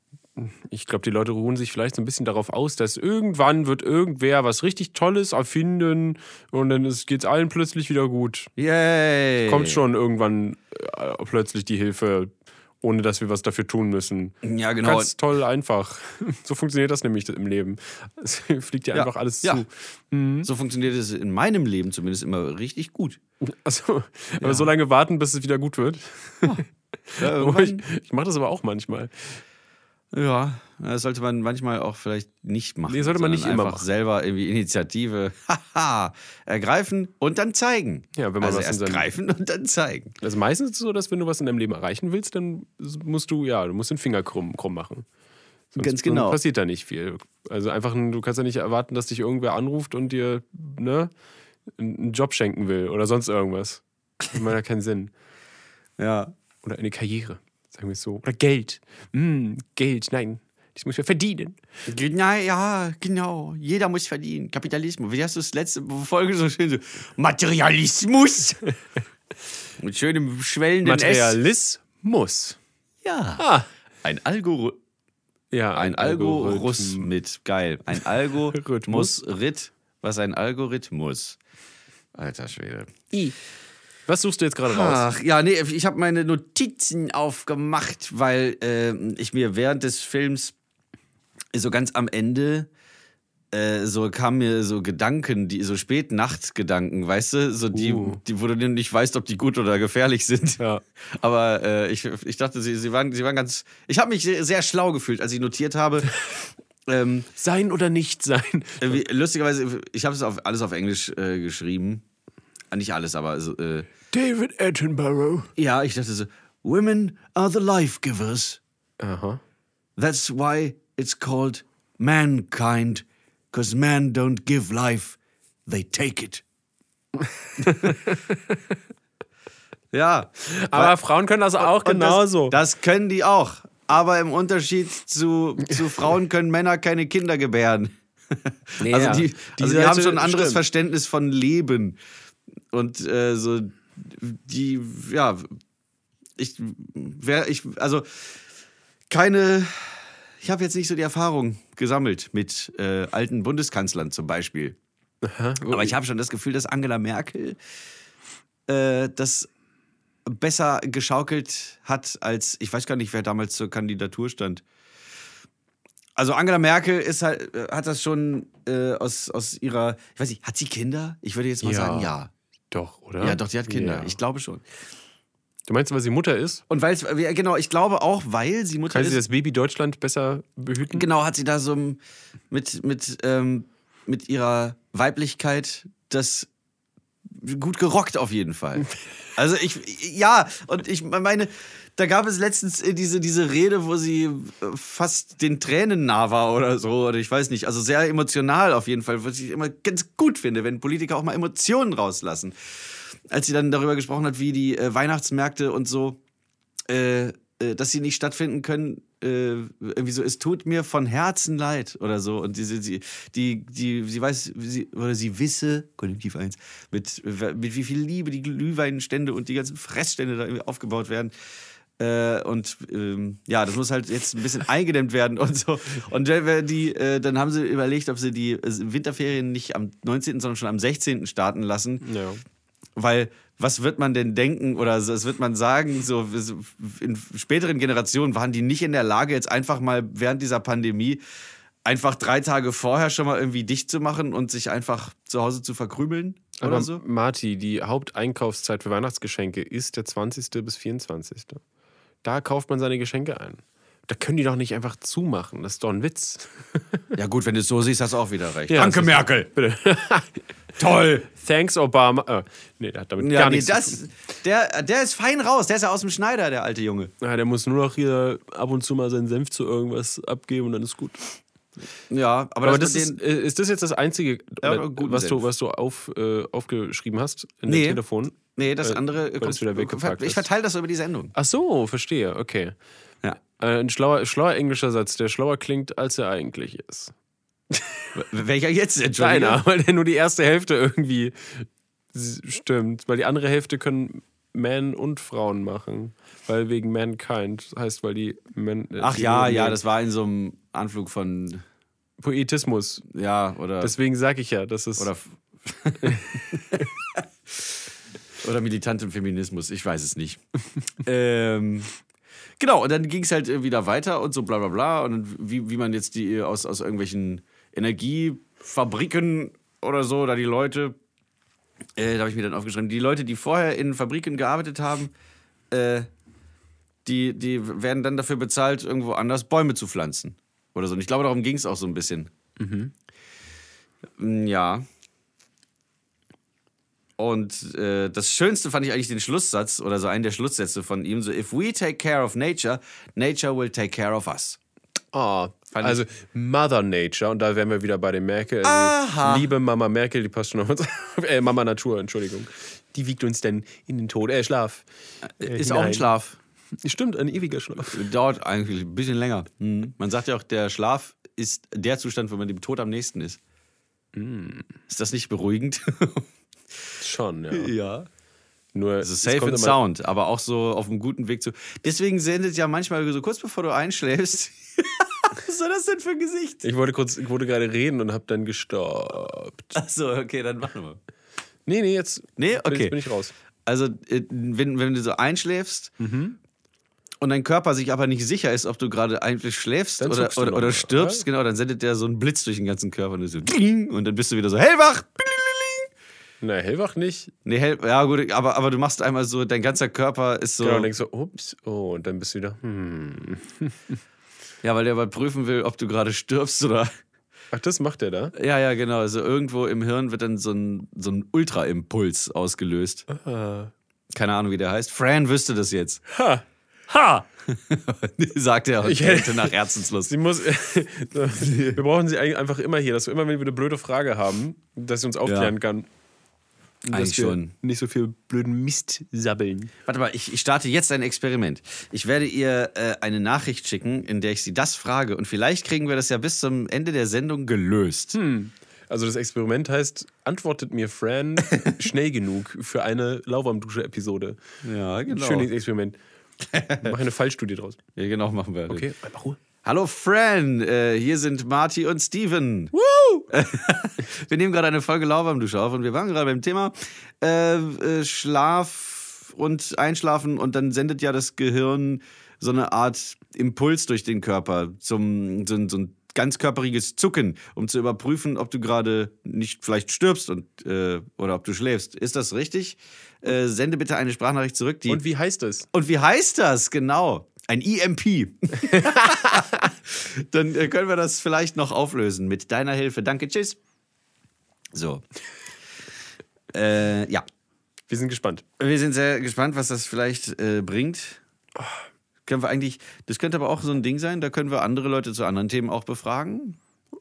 [SPEAKER 1] Ich glaube, die Leute ruhen sich vielleicht so ein bisschen darauf aus, dass irgendwann wird irgendwer was richtig Tolles erfinden und dann ist- geht's allen plötzlich wieder gut.
[SPEAKER 2] Yay!
[SPEAKER 1] Kommt schon irgendwann äh, plötzlich die Hilfe, ohne dass wir was dafür tun müssen.
[SPEAKER 2] Ja, genau.
[SPEAKER 1] Ganz toll einfach. (laughs) So funktioniert das nämlich im Leben. (laughs) Es fliegt dir
[SPEAKER 2] Ja,
[SPEAKER 1] einfach alles
[SPEAKER 2] ja.
[SPEAKER 1] zu.
[SPEAKER 2] So funktioniert es in meinem Leben zumindest immer richtig gut.
[SPEAKER 1] Also, aber so lange warten, bis es wieder gut wird. (laughs)
[SPEAKER 2] Ja,
[SPEAKER 1] Aber Oh, ich ich mache das aber auch manchmal.
[SPEAKER 2] Ja, das sollte man manchmal auch vielleicht nicht machen.
[SPEAKER 1] Nee, sollte man
[SPEAKER 2] sondern
[SPEAKER 1] nicht immer
[SPEAKER 2] einfach
[SPEAKER 1] machen.
[SPEAKER 2] selber irgendwie Initiative (laughs) haha, ergreifen und dann zeigen.
[SPEAKER 1] Ja, wenn man
[SPEAKER 2] also
[SPEAKER 1] was in
[SPEAKER 2] erst
[SPEAKER 1] seinem-
[SPEAKER 2] greifen und dann zeigen.
[SPEAKER 1] Also meistens ist es so, dass wenn du was in deinem Leben erreichen willst, dann musst du, ja, du musst den Finger krumm, krumm machen. Sonst
[SPEAKER 2] Ganz genau.
[SPEAKER 1] passiert da nicht viel. Also einfach, ein- du kannst ja nicht erwarten, dass dich irgendwer anruft und dir ne, einen Job schenken will oder sonst irgendwas. Das macht ja keinen Sinn.
[SPEAKER 2] Ja.
[SPEAKER 1] Oder eine Karriere. Sagen wir es so. Oder Geld. Mm, Geld, nein. Das muss man verdienen.
[SPEAKER 2] Na ja, genau. Jeder muss verdienen. Kapitalismus. Wie hast du das letzte Folge so schön so?
[SPEAKER 1] (laughs)
[SPEAKER 2] Materialismus. Mit schönem schwellenden S.
[SPEAKER 1] Materialismus.
[SPEAKER 2] Ja.
[SPEAKER 1] Ah.
[SPEAKER 2] Ein Algorithmus.
[SPEAKER 1] Ja,
[SPEAKER 2] Ein Algorithmus. Geil. Ein Algorithmus. Rit. Was ein Algorithmus. Alter Schwede.
[SPEAKER 1] I. Was suchst du jetzt gerade raus?
[SPEAKER 2] Ach, ja, nee, ich habe meine Notizen aufgemacht, weil ähm, ich mir während des Films so ganz am Ende äh, so kamen mir so Gedanken, die so spät Nachtgedanken, weißt du, so die,
[SPEAKER 1] Uh.
[SPEAKER 2] die, wo du dir nicht weißt, ob die gut oder gefährlich sind.
[SPEAKER 1] Ja.
[SPEAKER 2] (laughs) Aber äh, ich, ich dachte, sie, sie, waren, sie waren ganz. Ich habe mich sehr, sehr schlau gefühlt, als ich notiert (laughs) habe. ähm,
[SPEAKER 1] Sein oder nicht sein?
[SPEAKER 2] äh, wie, lustigerweise, ich habe es auf, alles auf Englisch äh, geschrieben. Ah, Nicht alles, aber so, äh,
[SPEAKER 1] David Attenborough.
[SPEAKER 2] ja, ich dachte so, Women are the life givers.
[SPEAKER 1] Aha.
[SPEAKER 2] That's why it's called mankind, because men don't give life, they take it. (laughs) ja,
[SPEAKER 1] Aber Frauen können das auch (laughs)
[SPEAKER 2] und
[SPEAKER 1] genauso.
[SPEAKER 2] Das, das können die auch. Aber im Unterschied zu, zu Frauen können Männer keine Kinder gebären.
[SPEAKER 1] Nee, ja.
[SPEAKER 2] also die,
[SPEAKER 1] Die
[SPEAKER 2] also die
[SPEAKER 1] Seite
[SPEAKER 2] haben schon ein anderes
[SPEAKER 1] stimmt.
[SPEAKER 2] Verständnis von Leben. Und äh, so, die, ja, ich, wär, ich, also keine, ich habe jetzt nicht so die Erfahrung gesammelt mit äh, alten Bundeskanzlern zum Beispiel. Aber ich habe schon das Gefühl, dass Angela Merkel äh, das besser geschaukelt hat als, ich weiß gar nicht, wer damals zur Kandidatur stand. Also Angela Merkel ist halt, äh, hat das schon äh, aus, aus ihrer, ich weiß nicht, hat sie Kinder? Ich würde jetzt mal
[SPEAKER 1] Ja.
[SPEAKER 2] sagen, ja.
[SPEAKER 1] doch, oder?
[SPEAKER 2] Ja, doch, die hat Kinder.
[SPEAKER 1] Ja.
[SPEAKER 2] Ich glaube schon.
[SPEAKER 1] du meinst, weil sie Mutter ist?
[SPEAKER 2] Und weil es, ja, genau, ich glaube auch, weil sie Mutter
[SPEAKER 1] Kann sie
[SPEAKER 2] ist,
[SPEAKER 1] das Baby Deutschland besser behüten?
[SPEAKER 2] genau, hat sie da so ein- mit, mit, ähm, mit ihrer Weiblichkeit das gut gerockt auf jeden Fall. Also ich, ja, und ich meine, da gab es letztens äh, diese, diese Rede, wo sie äh, fast den Tränen nah war oder so, oder ich weiß nicht, also sehr emotional auf jeden Fall, was ich immer ganz gut finde, wenn Politiker auch mal Emotionen rauslassen. Als sie dann darüber gesprochen hat, wie die äh, Weihnachtsmärkte und so, äh, äh, dass sie nicht stattfinden können, äh, irgendwie so, es tut mir von Herzen leid oder so. Und diese, die, die, die, sie weiß, sie, oder sie wisse, Kollektiv 1, mit, mit wie viel Liebe die Glühweinstände und die ganzen Fressstände da irgendwie aufgebaut werden. Äh, und ähm, ja, das muss halt jetzt ein bisschen (laughs) eingedämmt werden und so. Und wenn wir die, äh, dann haben sie überlegt, ob sie die äh, Winterferien nicht am 19., sondern schon am 16. starten lassen.
[SPEAKER 1] Ja.
[SPEAKER 2] Weil was wird man denn denken oder so, was wird man sagen? So, so, in späteren Generationen waren die nicht in der Lage, jetzt einfach mal während dieser Pandemie einfach drei Tage vorher schon mal irgendwie dicht zu machen und sich einfach zu Hause zu verkrümeln oder
[SPEAKER 1] Aber
[SPEAKER 2] so.
[SPEAKER 1] Marti, die Haupteinkaufszeit für Weihnachtsgeschenke ist der 20. bis 24. Da kauft man seine Geschenke ein. Da können die doch nicht einfach zumachen. Das ist doch ein Witz.
[SPEAKER 2] Ja, gut, wenn du es so siehst, hast du auch wieder recht.
[SPEAKER 1] Ja, das ist-
[SPEAKER 2] Merkel!
[SPEAKER 1] Bitte. (laughs)
[SPEAKER 2] Toll!
[SPEAKER 1] Thanks, Obama. Äh, nee, der hat damit
[SPEAKER 2] Ja,
[SPEAKER 1] gar
[SPEAKER 2] nee,
[SPEAKER 1] nichts zu tun.
[SPEAKER 2] das, der, der ist fein raus, der ist ja aus dem Schneider, der alte Junge.
[SPEAKER 1] Ja, der muss nur noch hier ab und zu mal seinen Senf zu irgendwas abgeben und dann ist gut.
[SPEAKER 2] Ja, aber,
[SPEAKER 1] Aber
[SPEAKER 2] das
[SPEAKER 1] das
[SPEAKER 2] mit
[SPEAKER 1] ist, äh, ist das jetzt das Einzige, oder,
[SPEAKER 2] Ja, aber guten
[SPEAKER 1] was, du,
[SPEAKER 2] Senf.
[SPEAKER 1] was du auf, äh, aufgeschrieben hast in
[SPEAKER 2] Nee.
[SPEAKER 1] dem Telefon?
[SPEAKER 2] Nee, das
[SPEAKER 1] äh,
[SPEAKER 2] andere.
[SPEAKER 1] weil es wieder weggepackt
[SPEAKER 2] ich
[SPEAKER 1] ist.
[SPEAKER 2] verteile das über die Sendung.
[SPEAKER 1] Ach so, verstehe, okay.
[SPEAKER 2] Ja.
[SPEAKER 1] Äh, Ein schlauer, schlauer englischer Satz, der schlauer klingt, als er eigentlich ist.
[SPEAKER 2] Welcher jetzt? Entschuldigung.
[SPEAKER 1] Deiner, (laughs) weil der nur die erste Hälfte irgendwie s- stimmt. Weil die andere Hälfte können Men und Frauen machen. Weil wegen Mankind heißt, weil die Men. äh,
[SPEAKER 2] Ach
[SPEAKER 1] die
[SPEAKER 2] ja,
[SPEAKER 1] nur-
[SPEAKER 2] ja, das war in so einem Anflug von,
[SPEAKER 1] Poetismus.
[SPEAKER 2] ja, oder,
[SPEAKER 1] Deswegen sage ich ja, das ist.
[SPEAKER 2] oder, (laughs) oder militantem Feminismus, ich weiß es nicht. (laughs) ähm, genau, und dann ging es halt äh, wieder weiter und so bla bla bla und dann wie, wie man jetzt die äh, aus, aus irgendwelchen Energiefabriken oder so, oder die Leute, äh, da habe ich mir dann aufgeschrieben, die Leute, die vorher in Fabriken gearbeitet haben, äh, die, die werden dann dafür bezahlt, irgendwo anders Bäume zu pflanzen. Oder so. Und ich glaube, darum ging es auch so ein bisschen. Mhm. Mm, Ja. Und äh, das Schönste fand ich eigentlich den Schlusssatz oder so einen der Schlusssätze von ihm: so, if we take care of nature, nature will take care of us.
[SPEAKER 1] Ah,
[SPEAKER 2] ich-
[SPEAKER 1] also Mother Nature, und da wären wir wieder bei dem Merkel. Also,
[SPEAKER 2] Aha.
[SPEAKER 1] Liebe Mama Merkel, die passt schon auf uns. äh, Mama Natur, Entschuldigung. Die wiegt uns denn in den Tod, äh, Schlaf. Äh,
[SPEAKER 2] Ist auch
[SPEAKER 1] hinein.
[SPEAKER 2] ein Schlaf.
[SPEAKER 1] Stimmt, ein ewiger Schlaf.
[SPEAKER 2] Dauert eigentlich ein bisschen länger.
[SPEAKER 1] Mhm.
[SPEAKER 2] Man sagt ja auch, der Schlaf ist der Zustand, wenn man dem Tod am nächsten ist.
[SPEAKER 1] Mhm.
[SPEAKER 2] Ist das nicht beruhigend?
[SPEAKER 1] Schon, (laughs) ja.
[SPEAKER 2] ja.
[SPEAKER 1] Nur
[SPEAKER 2] Also
[SPEAKER 1] es
[SPEAKER 2] safe
[SPEAKER 1] kommt
[SPEAKER 2] and
[SPEAKER 1] immer-
[SPEAKER 2] sound, aber auch so auf einem guten Weg zu. Deswegen sendet ja manchmal so kurz bevor du einschläfst. (laughs) Was soll das denn für ein Gesicht?
[SPEAKER 1] Ich wollte kurz, ich wollte gerade reden und habe dann gestoppt.
[SPEAKER 2] Achso, okay, dann machen wir.
[SPEAKER 1] Nee, nee, jetzt,
[SPEAKER 2] Nee,
[SPEAKER 1] bin-
[SPEAKER 2] okay.
[SPEAKER 1] jetzt bin ich raus.
[SPEAKER 2] Also, äh, wenn, wenn du so einschläfst
[SPEAKER 1] Mhm.
[SPEAKER 2] und dein Körper sich aber nicht sicher ist, ob du gerade eigentlich schläfst
[SPEAKER 1] Dann
[SPEAKER 2] oder,
[SPEAKER 1] zuckst du
[SPEAKER 2] oder,
[SPEAKER 1] noch
[SPEAKER 2] oder
[SPEAKER 1] mal,
[SPEAKER 2] stirbst, genau, dann sendet der so einen Blitz durch den ganzen Körper und, du so, ding, und dann bist du wieder so hellwach.
[SPEAKER 1] Na, hellwach nicht.
[SPEAKER 2] Nee, hell, ja gut, aber, aber du machst einmal so, dein ganzer Körper ist so.
[SPEAKER 1] Genau, und denkst so, ups, oh, und dann bist du wieder, hm.
[SPEAKER 2] ja, weil der mal prüfen will, ob du gerade stirbst oder. (laughs)
[SPEAKER 1] Ach, das macht der da?
[SPEAKER 2] Ja, ja, genau. Also irgendwo im Hirn wird dann so ein, so ein Ultraimpuls ausgelöst.
[SPEAKER 1] Ah.
[SPEAKER 2] Keine Ahnung, wie der heißt. Fran wüsste das jetzt. (laughs)
[SPEAKER 1] Ha! Ha!
[SPEAKER 2] Sagt er
[SPEAKER 1] Ich
[SPEAKER 2] heute
[SPEAKER 1] hätte-
[SPEAKER 2] nach Herzenslust.
[SPEAKER 1] Sie muss. (laughs) wir brauchen sie eigentlich einfach immer hier, dass wir immer, wenn wir eine blöde Frage haben, dass sie uns aufklären
[SPEAKER 2] Ja.
[SPEAKER 1] kann. Und dass
[SPEAKER 2] Eigentlich
[SPEAKER 1] wir
[SPEAKER 2] schon.
[SPEAKER 1] Nicht so viel blöden Mist sabbeln.
[SPEAKER 2] Warte mal, ich, ich starte jetzt ein Experiment. Ich werde ihr äh, eine Nachricht schicken, in der ich sie das frage. Und vielleicht kriegen wir das ja bis zum Ende der Sendung gelöst.
[SPEAKER 1] Also das Experiment heißt, antwortet mir
[SPEAKER 2] (laughs)
[SPEAKER 1] Fran schnell genug für eine Lauwarmdusche-Episode.
[SPEAKER 2] Ja, genau.
[SPEAKER 1] Schönes Experiment. Mach eine Fallstudie draus.
[SPEAKER 2] Ja, genau machen wir. Okay.
[SPEAKER 1] einfach Ruhe.
[SPEAKER 2] Hallo Fran, äh, hier sind Marty und Steven.
[SPEAKER 1] Woo!
[SPEAKER 2] (laughs) Wir nehmen gerade eine Folge Lauf am Dusch auf und wir waren gerade beim Thema äh, äh, Schlaf und Einschlafen und dann sendet ja das Gehirn so eine Art Impuls durch den Körper, zum, so, ein- so ein ganzkörperiges Zucken, um zu überprüfen, ob du gerade nicht vielleicht stirbst und, äh, oder ob du schläfst. Ist das richtig? Äh, sende bitte eine Sprachnachricht zurück. Die
[SPEAKER 1] Und wie heißt das?
[SPEAKER 2] und wie heißt das genau? Ein EMP. (laughs) Dann äh, können wir das vielleicht noch auflösen mit deiner Hilfe. Danke, tschüss. So. äh, ja,
[SPEAKER 1] Wir sind gespannt.
[SPEAKER 2] wir sind sehr gespannt, was das vielleicht äh, bringt. Können wir eigentlich, das könnte aber auch so ein Ding sein, da können wir andere Leute zu anderen Themen auch befragen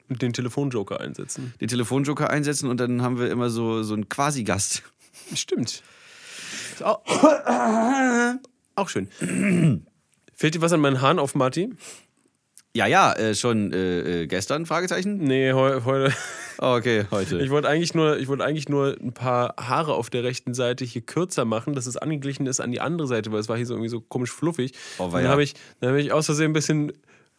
[SPEAKER 1] Und den Telefonjoker einsetzen.
[SPEAKER 2] den Telefonjoker einsetzen und dann haben wir immer so, so einen Quasi-Gast.
[SPEAKER 1] Stimmt. Ist
[SPEAKER 2] Oh.
[SPEAKER 1] Auch, auch schön. (clears throat) Fehlt dir was an meinen Haaren auf, Marty?
[SPEAKER 2] Ja, ja, äh, schon äh, äh, gestern, Fragezeichen?
[SPEAKER 1] Nee, heu, heute.
[SPEAKER 2] Okay, heute.
[SPEAKER 1] Ich wollte eigentlich, nur- ich wollte eigentlich nur ein paar Haare auf der rechten Seite hier kürzer machen, dass es angeglichen ist an die andere Seite, weil es war hier so irgendwie so komisch fluffig.
[SPEAKER 2] Oh,
[SPEAKER 1] Und
[SPEAKER 2] weia.
[SPEAKER 1] dann habe ich, dann hab ich aus Versehen ein bisschen,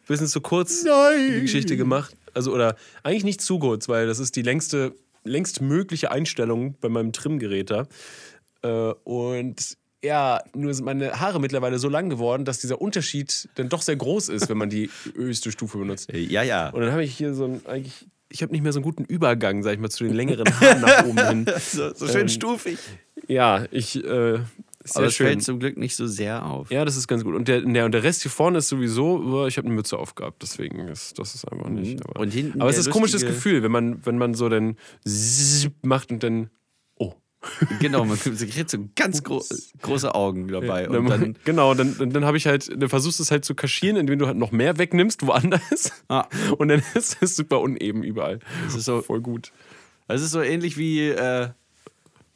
[SPEAKER 1] bisschen zu kurz die Geschichte gemacht. Also, oder eigentlich nicht zu kurz, weil das ist die längste, längst mögliche Einstellung bei meinem Trimgerät da. Äh, und ja, nur sind meine Haare mittlerweile so lang geworden, dass dieser Unterschied dann doch sehr groß ist, wenn man die höchste Stufe benutzt.
[SPEAKER 2] Äh, ja, ja.
[SPEAKER 1] Und dann habe ich hier so ein, eigentlich, ich habe nicht mehr so einen guten Übergang, sag ich mal, zu den
[SPEAKER 2] (laughs)
[SPEAKER 1] längeren Haaren nach oben hin.
[SPEAKER 2] So, so schön
[SPEAKER 1] Ähm,
[SPEAKER 2] stufig.
[SPEAKER 1] Ja, ich, äh, ist
[SPEAKER 2] Aber
[SPEAKER 1] sehr
[SPEAKER 2] es
[SPEAKER 1] schön.
[SPEAKER 2] fällt zum Glück nicht so sehr auf.
[SPEAKER 1] Ja, das ist ganz gut. Und der, der, und der Rest hier vorne ist sowieso, äh, ich habe eine Mütze aufgehabt, deswegen ist das ist einfach nicht. Aber,
[SPEAKER 2] Mhm. Und hinten
[SPEAKER 1] aber es
[SPEAKER 2] der
[SPEAKER 1] ist ein komisches
[SPEAKER 2] lustige-
[SPEAKER 1] Gefühl, wenn man, wenn man so dann zzzp macht und dann, oh.
[SPEAKER 2] Genau, man kriegt so ganz gro große Augen dabei.
[SPEAKER 1] (laughs) Dann-
[SPEAKER 2] Und dann,
[SPEAKER 1] genau, dann, dann, dann habe ich halt, dann versuchst du es halt zu kaschieren, indem du halt noch mehr wegnimmst, woanders.
[SPEAKER 2] ah,
[SPEAKER 1] (laughs) Und dann ist es super uneben überall. Das
[SPEAKER 2] ist so-
[SPEAKER 1] voll gut.
[SPEAKER 2] das also ist so ähnlich wie, äh,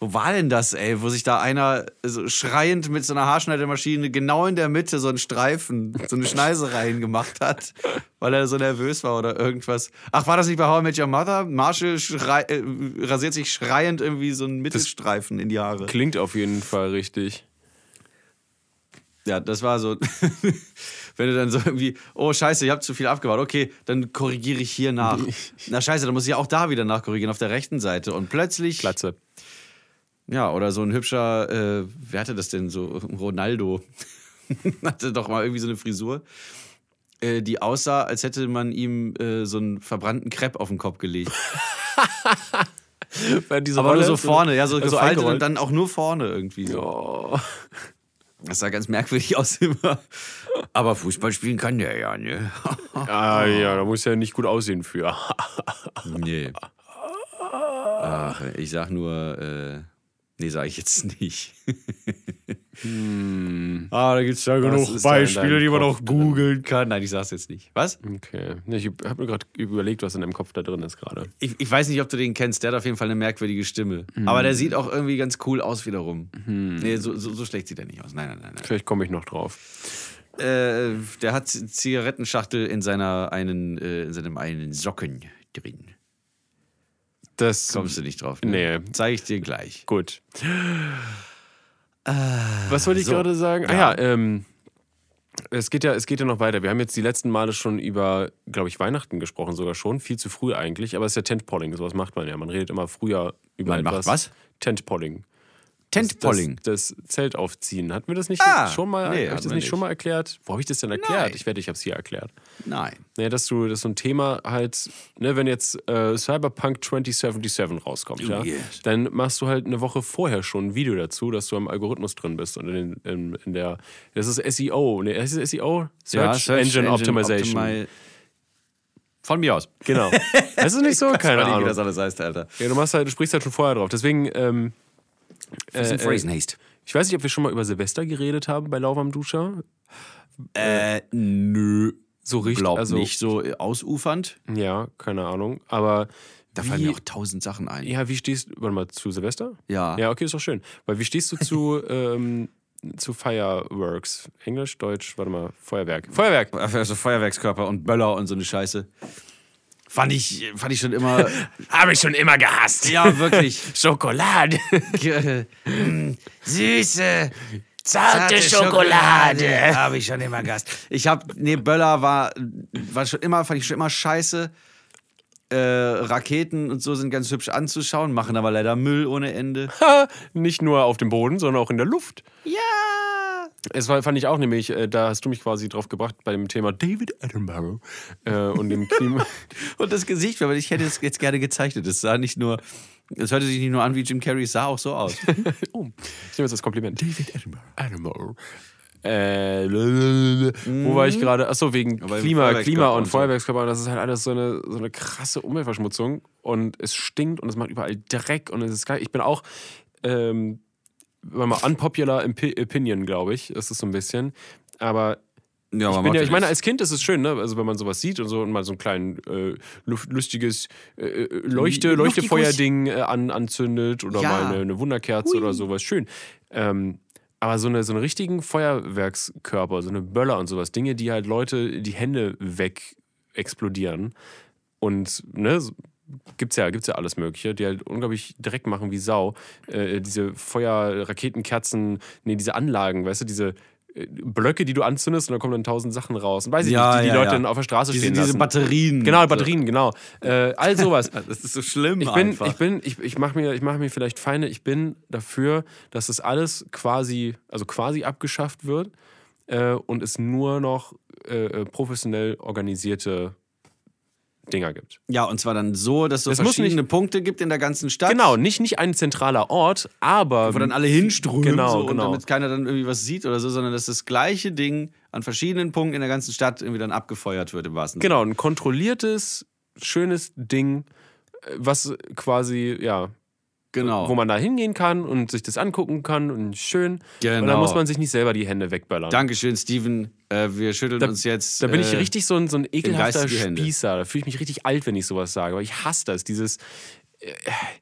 [SPEAKER 2] wo war denn das, ey? Wo sich da einer so schreiend mit so einer Haarschneidemaschine genau in der Mitte so einen Streifen, so eine Schneise reingemacht hat, weil er so nervös war oder irgendwas. Ach, war das nicht bei How I Met Your Mother? Marshall schrei äh, rasiert sich schreiend irgendwie so einen Mittelstreifen in die Haare.
[SPEAKER 1] Klingt auf jeden Fall richtig.
[SPEAKER 2] Ja, das war so. (laughs) Wenn du dann so irgendwie, oh Scheiße, ich habe zu viel abgebaut. Okay, dann korrigiere ich hier nach. Na Scheiße, dann muss ich auch da wieder nachkorrigieren auf der rechten Seite. Und plötzlich.
[SPEAKER 1] Platze.
[SPEAKER 2] Ja, oder so ein hübscher, äh, wer hatte das denn so? Ronaldo. (laughs) hatte doch mal irgendwie so eine Frisur, äh, die aussah, als hätte man ihm äh, so einen verbrannten Crepe auf den Kopf gelegt. Aber nur so also vorne, ja, so
[SPEAKER 1] also
[SPEAKER 2] gefaltet und dann auch nur vorne irgendwie. So.
[SPEAKER 1] Oh.
[SPEAKER 2] Das sah ganz merkwürdig (laughs) aus immer. Aber Fußball spielen kann der ja, ne? (laughs)
[SPEAKER 1] Ah ja, da muss ja nicht gut aussehen für. (laughs)
[SPEAKER 2] Nee. (laughs) Ach, ich sag nur, äh, nee, sag ich jetzt nicht. Ah, da gibt es ja genug
[SPEAKER 1] ist da in
[SPEAKER 2] Beispiele,
[SPEAKER 1] deinem
[SPEAKER 2] die man
[SPEAKER 1] Kopf
[SPEAKER 2] auch googeln kann. Nein, ich sag's jetzt nicht. Was?
[SPEAKER 1] Okay. Nee, Ich habe mir gerade überlegt, was in deinem Kopf da drin ist gerade.
[SPEAKER 2] Ich, ich weiß nicht, ob du den kennst. Der hat auf jeden Fall eine merkwürdige Stimme. Aber der sieht auch irgendwie ganz cool aus wiederum. Nee, so, so, so schlecht sieht er nicht aus. Nein, nein, nein. nein.
[SPEAKER 1] Vielleicht komme ich noch drauf.
[SPEAKER 2] Äh, der hat Z- Zigarettenschachtel in seiner einen, äh, in seinem einen Socken drin.
[SPEAKER 1] Das
[SPEAKER 2] Kommst du nicht drauf?
[SPEAKER 1] Nee.
[SPEAKER 2] Zeige ich dir gleich.
[SPEAKER 1] Gut. Was wollte ich
[SPEAKER 2] Ah, so.
[SPEAKER 1] gerade sagen? Ah ja, ähm, es, geht ja, es geht ja noch weiter. Wir haben jetzt die letzten Male schon über, glaube ich, Weihnachten gesprochen, sogar schon. Viel zu früh eigentlich, aber es ist ja Tentpolling. Sowas macht man ja. Man redet immer früher über
[SPEAKER 2] Man macht
[SPEAKER 1] etwas.
[SPEAKER 2] was?
[SPEAKER 1] Tentpolling.
[SPEAKER 2] Tentpolling.
[SPEAKER 1] Das, das Zelt aufziehen. Hatten wir das nicht
[SPEAKER 2] Ah,
[SPEAKER 1] schon mal,
[SPEAKER 2] nee,
[SPEAKER 1] hab ich
[SPEAKER 2] hatten
[SPEAKER 1] das
[SPEAKER 2] wir
[SPEAKER 1] nicht schon
[SPEAKER 2] nicht.
[SPEAKER 1] mal erklärt? Wo habe ich das denn erklärt?
[SPEAKER 2] Nein.
[SPEAKER 1] Ich wette, ich habe es hier erklärt.
[SPEAKER 2] Nein.
[SPEAKER 1] Naja, dass du, dass so ein Thema halt, ne, wenn jetzt äh, Cyberpunk 2077 rauskommt, ja,
[SPEAKER 2] Oh, yes.
[SPEAKER 1] dann machst du halt eine Woche vorher schon ein Video dazu, dass du am Algorithmus drin bist und in, den- in, in der, das ist SEO, ne, heißt es SEO? Search,
[SPEAKER 2] Ja,
[SPEAKER 1] Engine, Optimization.
[SPEAKER 2] Optimi- Von mir aus. Äh,
[SPEAKER 1] genau.
[SPEAKER 2] (laughs)
[SPEAKER 1] Das ist nicht so, keine
[SPEAKER 2] Weiß nicht, wie
[SPEAKER 1] Ahnung.
[SPEAKER 2] das alles heißt, Alter.
[SPEAKER 1] Ja, du machst halt, du sprichst halt schon vorher drauf. Deswegen, ähm,
[SPEAKER 2] Äh, äh,
[SPEAKER 1] ich weiß nicht, ob wir schon mal über Silvester geredet haben bei Lauf am Duscher.
[SPEAKER 2] Äh, nö.
[SPEAKER 1] So richtig,
[SPEAKER 2] Glaub
[SPEAKER 1] also
[SPEAKER 2] nicht so äh, ausufernd.
[SPEAKER 1] ja, keine Ahnung. Aber
[SPEAKER 2] Da
[SPEAKER 1] wie-
[SPEAKER 2] fallen mir auch tausend Sachen ein.
[SPEAKER 1] Ja, wie stehst du, warte mal, zu Silvester?
[SPEAKER 2] Ja.
[SPEAKER 1] Ja, okay, ist doch schön. Weil wie stehst du (laughs) zu, ähm, zu Fireworks? Englisch, Deutsch, warte mal, Feuerwerk. Feuerwerk!
[SPEAKER 2] Also Feuerwerkskörper und Böller und so eine Scheiße. Fand ich, fand ich schon (laughs) immer.
[SPEAKER 1] Habe ich schon immer gehasst.
[SPEAKER 2] ja, wirklich.
[SPEAKER 1] (laughs) Schokolade.
[SPEAKER 2] Ge- Mm, Süße.
[SPEAKER 1] Zarte Schokolade.
[SPEAKER 2] Habe ich schon immer Gast. Ich habe, nee, Böller war, war schon immer, fand ich schon immer scheiße. Äh, Raketen und so sind ganz hübsch anzuschauen, machen aber leider Müll ohne Ende.
[SPEAKER 1] (laughs) Nicht nur auf dem Boden, sondern auch in der Luft.
[SPEAKER 2] Ja!
[SPEAKER 1] Es war, fand ich auch nämlich, äh, da hast du mich quasi drauf gebracht bei dem Thema David Attenborough äh, und dem (laughs) Klima.
[SPEAKER 2] Und das Gesicht, weil ich hätte es jetzt gerne gezeichnet. Es sah nicht nur, es hörte sich nicht nur an wie Jim Carrey, es sah auch so aus.
[SPEAKER 1] oh, ich nehme jetzt das Kompliment. David Attenborough. Attenborough. Äh, lalalala. Wo war ich gerade? Achso, wegen
[SPEAKER 2] Aber im
[SPEAKER 1] Klima,
[SPEAKER 2] Feuerwerkskörper
[SPEAKER 1] Klima und
[SPEAKER 2] und so.
[SPEAKER 1] Feuerwerkskörper. Das ist halt alles so eine, so eine krasse Umweltverschmutzung. Und es stinkt und es macht überall Dreck und es ist geil. Ich bin auch, ähm, warte mal, unpopular Impi- opinion, glaube ich, ist es so ein bisschen. Aber
[SPEAKER 2] Ja,
[SPEAKER 1] ich, bin ja, ich meine, als Kind ist es schön, ne? Also wenn man sowas sieht und so und mal so ein kleinen äh, luf- lustiges äh, äh, Leuchte,
[SPEAKER 2] Luftikus.
[SPEAKER 1] Leuchtefeuerding äh, an, anzündet oder
[SPEAKER 2] Ja.
[SPEAKER 1] mal eine, eine Wunderkerze oder sowas, schön. Ähm, aber so eine so einen richtigen Feuerwerkskörper, so eine Böller und sowas, Dinge, die halt Leute die Hände weg explodieren und ne, so- gibt's ja, gibt's ja alles Mögliche, die halt unglaublich Dreck machen wie Sau. Äh, diese Feuer, Raketenkerzen, nee, diese Anlagen, weißt du, diese äh, Blöcke, die du anzündest und da kommen dann tausend Sachen raus. Und weiß ich
[SPEAKER 2] Ja,
[SPEAKER 1] nicht, die, die
[SPEAKER 2] ja,
[SPEAKER 1] Leute
[SPEAKER 2] ja.
[SPEAKER 1] dann auf der Straße
[SPEAKER 2] diese,
[SPEAKER 1] stehen
[SPEAKER 2] diese
[SPEAKER 1] lassen.
[SPEAKER 2] Batterien.
[SPEAKER 1] Genau, Batterien, genau. Äh, all sowas.
[SPEAKER 2] (laughs) Das ist so schlimm
[SPEAKER 1] Ich bin,
[SPEAKER 2] einfach.
[SPEAKER 1] ich bin, ich, ich mache mir, ich mach mir vielleicht Feinde, ich bin dafür, dass das alles quasi, also quasi abgeschafft wird äh, und es nur noch äh, äh, professionell organisierte Dinger gibt.
[SPEAKER 2] ja, und zwar dann so, dass es
[SPEAKER 1] Es
[SPEAKER 2] so
[SPEAKER 1] muss
[SPEAKER 2] verschiedene Punkte gibt in der ganzen Stadt.
[SPEAKER 1] Genau, nicht, nicht ein zentraler Ort, aber.
[SPEAKER 2] Wo dann alle hinströmen
[SPEAKER 1] Genau,
[SPEAKER 2] so, und
[SPEAKER 1] genau.
[SPEAKER 2] damit keiner dann irgendwie was sieht oder so, sondern dass das gleiche Ding an verschiedenen Punkten in der ganzen Stadt irgendwie dann abgefeuert wird im wahrsten
[SPEAKER 1] Genau, ein kontrolliertes, schönes Ding, äh, was quasi, ja,
[SPEAKER 2] Sinne. Genau.
[SPEAKER 1] wo man da hingehen kann und sich das angucken kann und schön. Und
[SPEAKER 2] Genau.
[SPEAKER 1] dann muss man sich nicht selber die Hände wegballern.
[SPEAKER 2] Dankeschön, Steven. Äh, wir schütteln uns jetzt.
[SPEAKER 1] Da bin ich
[SPEAKER 2] äh,
[SPEAKER 1] richtig so ein, so ein ekelhafter
[SPEAKER 2] Geiste die Hände.
[SPEAKER 1] Spießer. Da fühle ich mich richtig alt, wenn ich sowas sage. Aber ich hasse das, dieses.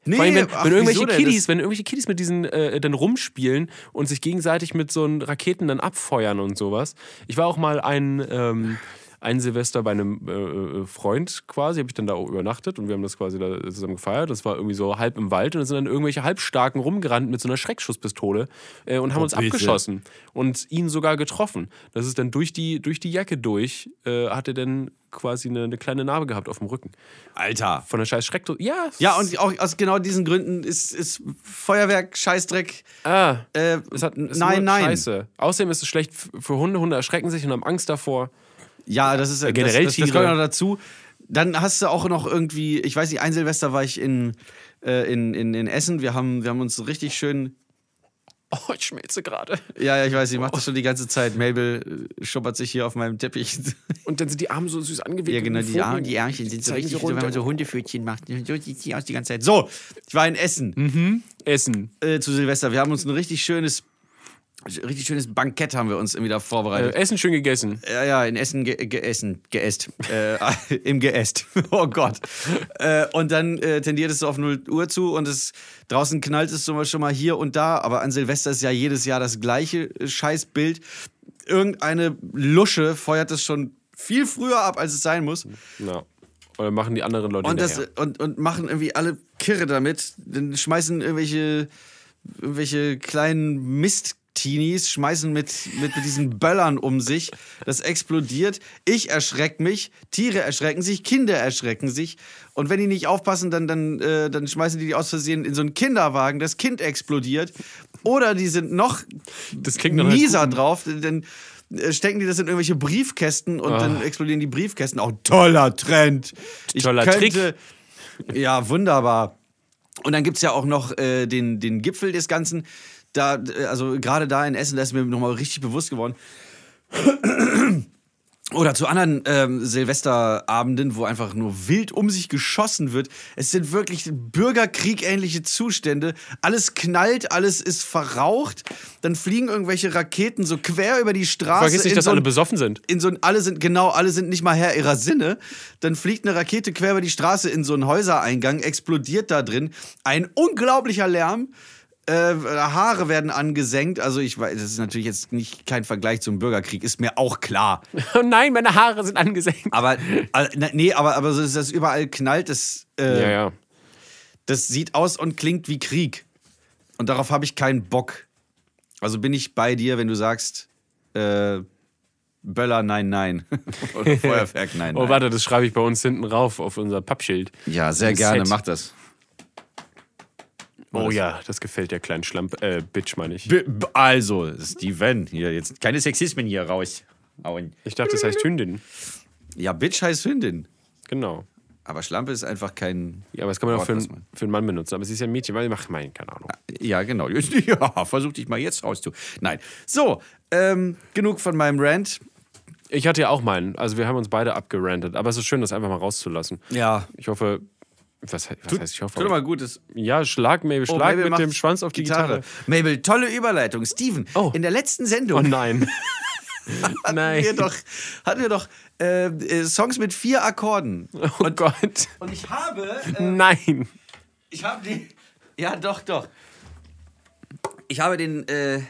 [SPEAKER 2] Nee,
[SPEAKER 1] Vor allem, wenn,
[SPEAKER 2] ach,
[SPEAKER 1] wenn, irgendwelche
[SPEAKER 2] wieso denn?
[SPEAKER 1] Kiddies, wenn irgendwelche Kiddies mit diesen äh, dann rumspielen und sich gegenseitig mit so einen Raketen dann abfeuern und sowas. Ich war auch mal ein, ähm, ein Silvester bei einem äh, äh, Freund quasi, habe ich dann da auch übernachtet und wir haben das quasi da zusammen gefeiert. Das war irgendwie so halb im Wald und dann sind dann irgendwelche Halbstarken rumgerannt mit so einer Schreckschusspistole äh, und haben uns
[SPEAKER 2] bitte.
[SPEAKER 1] abgeschossen und ihn sogar getroffen. Das ist dann durch die, durch die Jacke durch, äh, hat er dann quasi eine, eine kleine Narbe gehabt auf dem Rücken.
[SPEAKER 2] Das, Alter.
[SPEAKER 1] Von der scheiß Schreckdose. Ja, es
[SPEAKER 2] Ja, und auch aus genau diesen Gründen ist, ist Feuerwerk Scheißdreck.
[SPEAKER 1] Ah.
[SPEAKER 2] Äh,
[SPEAKER 1] Es hat, es ist
[SPEAKER 2] nein,
[SPEAKER 1] nur
[SPEAKER 2] nein.
[SPEAKER 1] Scheiße. Außerdem ist es schlecht f- für Hunde. Hunde erschrecken sich und haben Angst davor.
[SPEAKER 2] Ja, das ist ja
[SPEAKER 1] generell
[SPEAKER 2] das, das, das
[SPEAKER 1] Tiere.
[SPEAKER 2] kommt noch dazu. Dann hast du auch noch irgendwie, ich weiß nicht, ein Silvester war ich in, äh, in, in, in Essen. Wir haben, wir haben uns so richtig schön.
[SPEAKER 1] Oh, ich schmelze gerade.
[SPEAKER 2] Ja, ja, ich weiß, ich mache das schon die ganze Zeit. Mabel äh, schuppert sich hier auf meinem Teppich. (laughs)
[SPEAKER 1] Und dann sind die Arme so süß angewickelt.
[SPEAKER 2] ja, genau,
[SPEAKER 1] wie
[SPEAKER 2] die,
[SPEAKER 1] Vogel.
[SPEAKER 2] Arm, die Ärmchen sind so
[SPEAKER 1] zeigen
[SPEAKER 2] richtig,
[SPEAKER 1] sie
[SPEAKER 2] so, wenn man
[SPEAKER 1] runter.
[SPEAKER 2] so Hundefütchen macht. So sieht die aus die ganze Zeit. So, ich war in Essen
[SPEAKER 1] Essen.
[SPEAKER 2] äh, zu Silvester. Wir haben uns ein richtig schönes richtig schönes Bankett haben wir uns irgendwie da vorbereitet.
[SPEAKER 1] Äh, Essen schön gegessen.
[SPEAKER 2] Ja, ja, in Essen ge geessen, geäst. Äh, (laughs) Im Geäst. Oh Gott. Äh, und dann äh, tendiert es so auf 0 Uhr zu und es draußen knallt es so schon mal hier und da. Aber an Silvester ist ja jedes Jahr das gleiche äh, Scheißbild. Irgendeine Lusche feuert es schon viel früher ab, als es sein muss.
[SPEAKER 1] Ja. Oder machen die anderen Leute
[SPEAKER 2] Und, das,
[SPEAKER 1] hinterher.
[SPEAKER 2] und, und machen irgendwie alle Kirre damit. Dann schmeißen irgendwelche, irgendwelche kleinen Mist-Teenies, schmeißen mit, mit, mit diesen Böllern um sich. Das explodiert. Ich erschrecke mich, Tiere erschrecken sich, Kinder erschrecken sich. Und wenn die nicht aufpassen, dann, dann, äh, dann schmeißen die die aus Versehen in so einen Kinderwagen. Das Kind explodiert. Oder die sind noch
[SPEAKER 1] Das klingt nach einer
[SPEAKER 2] mieser drauf. Dann äh, stecken die das in irgendwelche Briefkästen
[SPEAKER 1] Ah.
[SPEAKER 2] und dann explodieren die Briefkästen. Auch ein toller Trend. Ich
[SPEAKER 1] Toller
[SPEAKER 2] könnte, Trick. Ja, wunderbar. Und dann gibt es ja auch noch äh, den, den Gipfel des Ganzen. Da, äh, also gerade da in Essen, da ist mir nochmal richtig bewusst geworden. Oder zu anderen ähm, Silvesterabenden, wo einfach nur wild um sich geschossen wird. Es sind wirklich bürgerkriegähnliche Zustände. Alles knallt, alles ist verraucht. Dann fliegen irgendwelche Raketen so quer über die Straße.
[SPEAKER 1] Vergiss nicht,
[SPEAKER 2] in
[SPEAKER 1] dass
[SPEAKER 2] so
[SPEAKER 1] alle
[SPEAKER 2] ein
[SPEAKER 1] besoffen
[SPEAKER 2] (laughs)
[SPEAKER 1] sind.
[SPEAKER 2] in so ein, alle sind, genau, alle sind nicht mal Herr ihrer Sinne. Dann fliegt eine Rakete quer über die Straße in so einen Häusereingang, explodiert da drin. Ein unglaublicher Lärm. Äh, Haare werden angesenkt. Also, ich weiß, das ist natürlich jetzt nicht kein Vergleich zum Bürgerkrieg, ist mir auch klar.
[SPEAKER 1] Oh nein, meine Haare sind angesenkt.
[SPEAKER 2] Aber,
[SPEAKER 1] (laughs)
[SPEAKER 2] also, na- nee, aber, aber so ist das überall knallt, das, äh,
[SPEAKER 1] Ja, ja.
[SPEAKER 2] das sieht aus und klingt wie Krieg. Und darauf habe ich keinen Bock. Also bin ich bei dir, wenn du sagst, äh, Böller, nein, nein. (laughs)
[SPEAKER 1] (laughs)
[SPEAKER 2] Oder Feuerwerk, nein, nein.
[SPEAKER 1] Oh, warte, das schreibe ich bei uns hinten rauf auf unser Pappschild.
[SPEAKER 2] Ja, sehr
[SPEAKER 1] Ein
[SPEAKER 2] gerne,
[SPEAKER 1] Set.
[SPEAKER 2] mach das.
[SPEAKER 1] Oh ja, das gefällt der kleinen Schlamp. Äh, Bitch, meine ich.
[SPEAKER 2] B b- also, Steven, hier jetzt keine Sexismen hier raus. Hauen.
[SPEAKER 1] Ich dachte, das heißt Hündin.
[SPEAKER 2] Ja, Bitch heißt Hündin.
[SPEAKER 1] Genau.
[SPEAKER 2] Aber Schlampe ist einfach kein.
[SPEAKER 1] Ja, aber das kann man auch
[SPEAKER 2] Wort,
[SPEAKER 1] für,
[SPEAKER 2] was
[SPEAKER 1] einen- für einen Mann benutzen. Aber sie ist ja ein Mädchen, weil sie macht meinen, keine Ahnung.
[SPEAKER 2] Ja, genau. (laughs) Ja, versuch dich mal jetzt rauszu. Nein. So, ähm, genug von meinem Rant.
[SPEAKER 1] Ich hatte ja auch meinen. Also wir haben uns beide abgerantet. Aber es ist schön, das einfach mal rauszulassen.
[SPEAKER 2] Ja.
[SPEAKER 1] Ich hoffe, was, he- was heißt ich hoffe?
[SPEAKER 2] Tut doch mal Gutes.
[SPEAKER 1] Ja, schlag, Mabel,
[SPEAKER 2] Oh,
[SPEAKER 1] schlag
[SPEAKER 2] Mabel
[SPEAKER 1] mit
[SPEAKER 2] macht
[SPEAKER 1] dem Schwanz auf die Gitarre.
[SPEAKER 2] Mabel, tolle Überleitung. Steven,
[SPEAKER 1] Oh.
[SPEAKER 2] in der letzten
[SPEAKER 1] Oh
[SPEAKER 2] Sendung (laughs)
[SPEAKER 1] nein. (laughs)
[SPEAKER 2] hatten,
[SPEAKER 1] nein.
[SPEAKER 2] Wir doch, hatten wir doch äh, äh, Songs mit vier Akkorden.
[SPEAKER 1] Oh Gott.
[SPEAKER 2] Und ich habe. Äh,
[SPEAKER 1] Nein.
[SPEAKER 2] Ich habe die. Ja, doch, doch. Ich habe den, äh,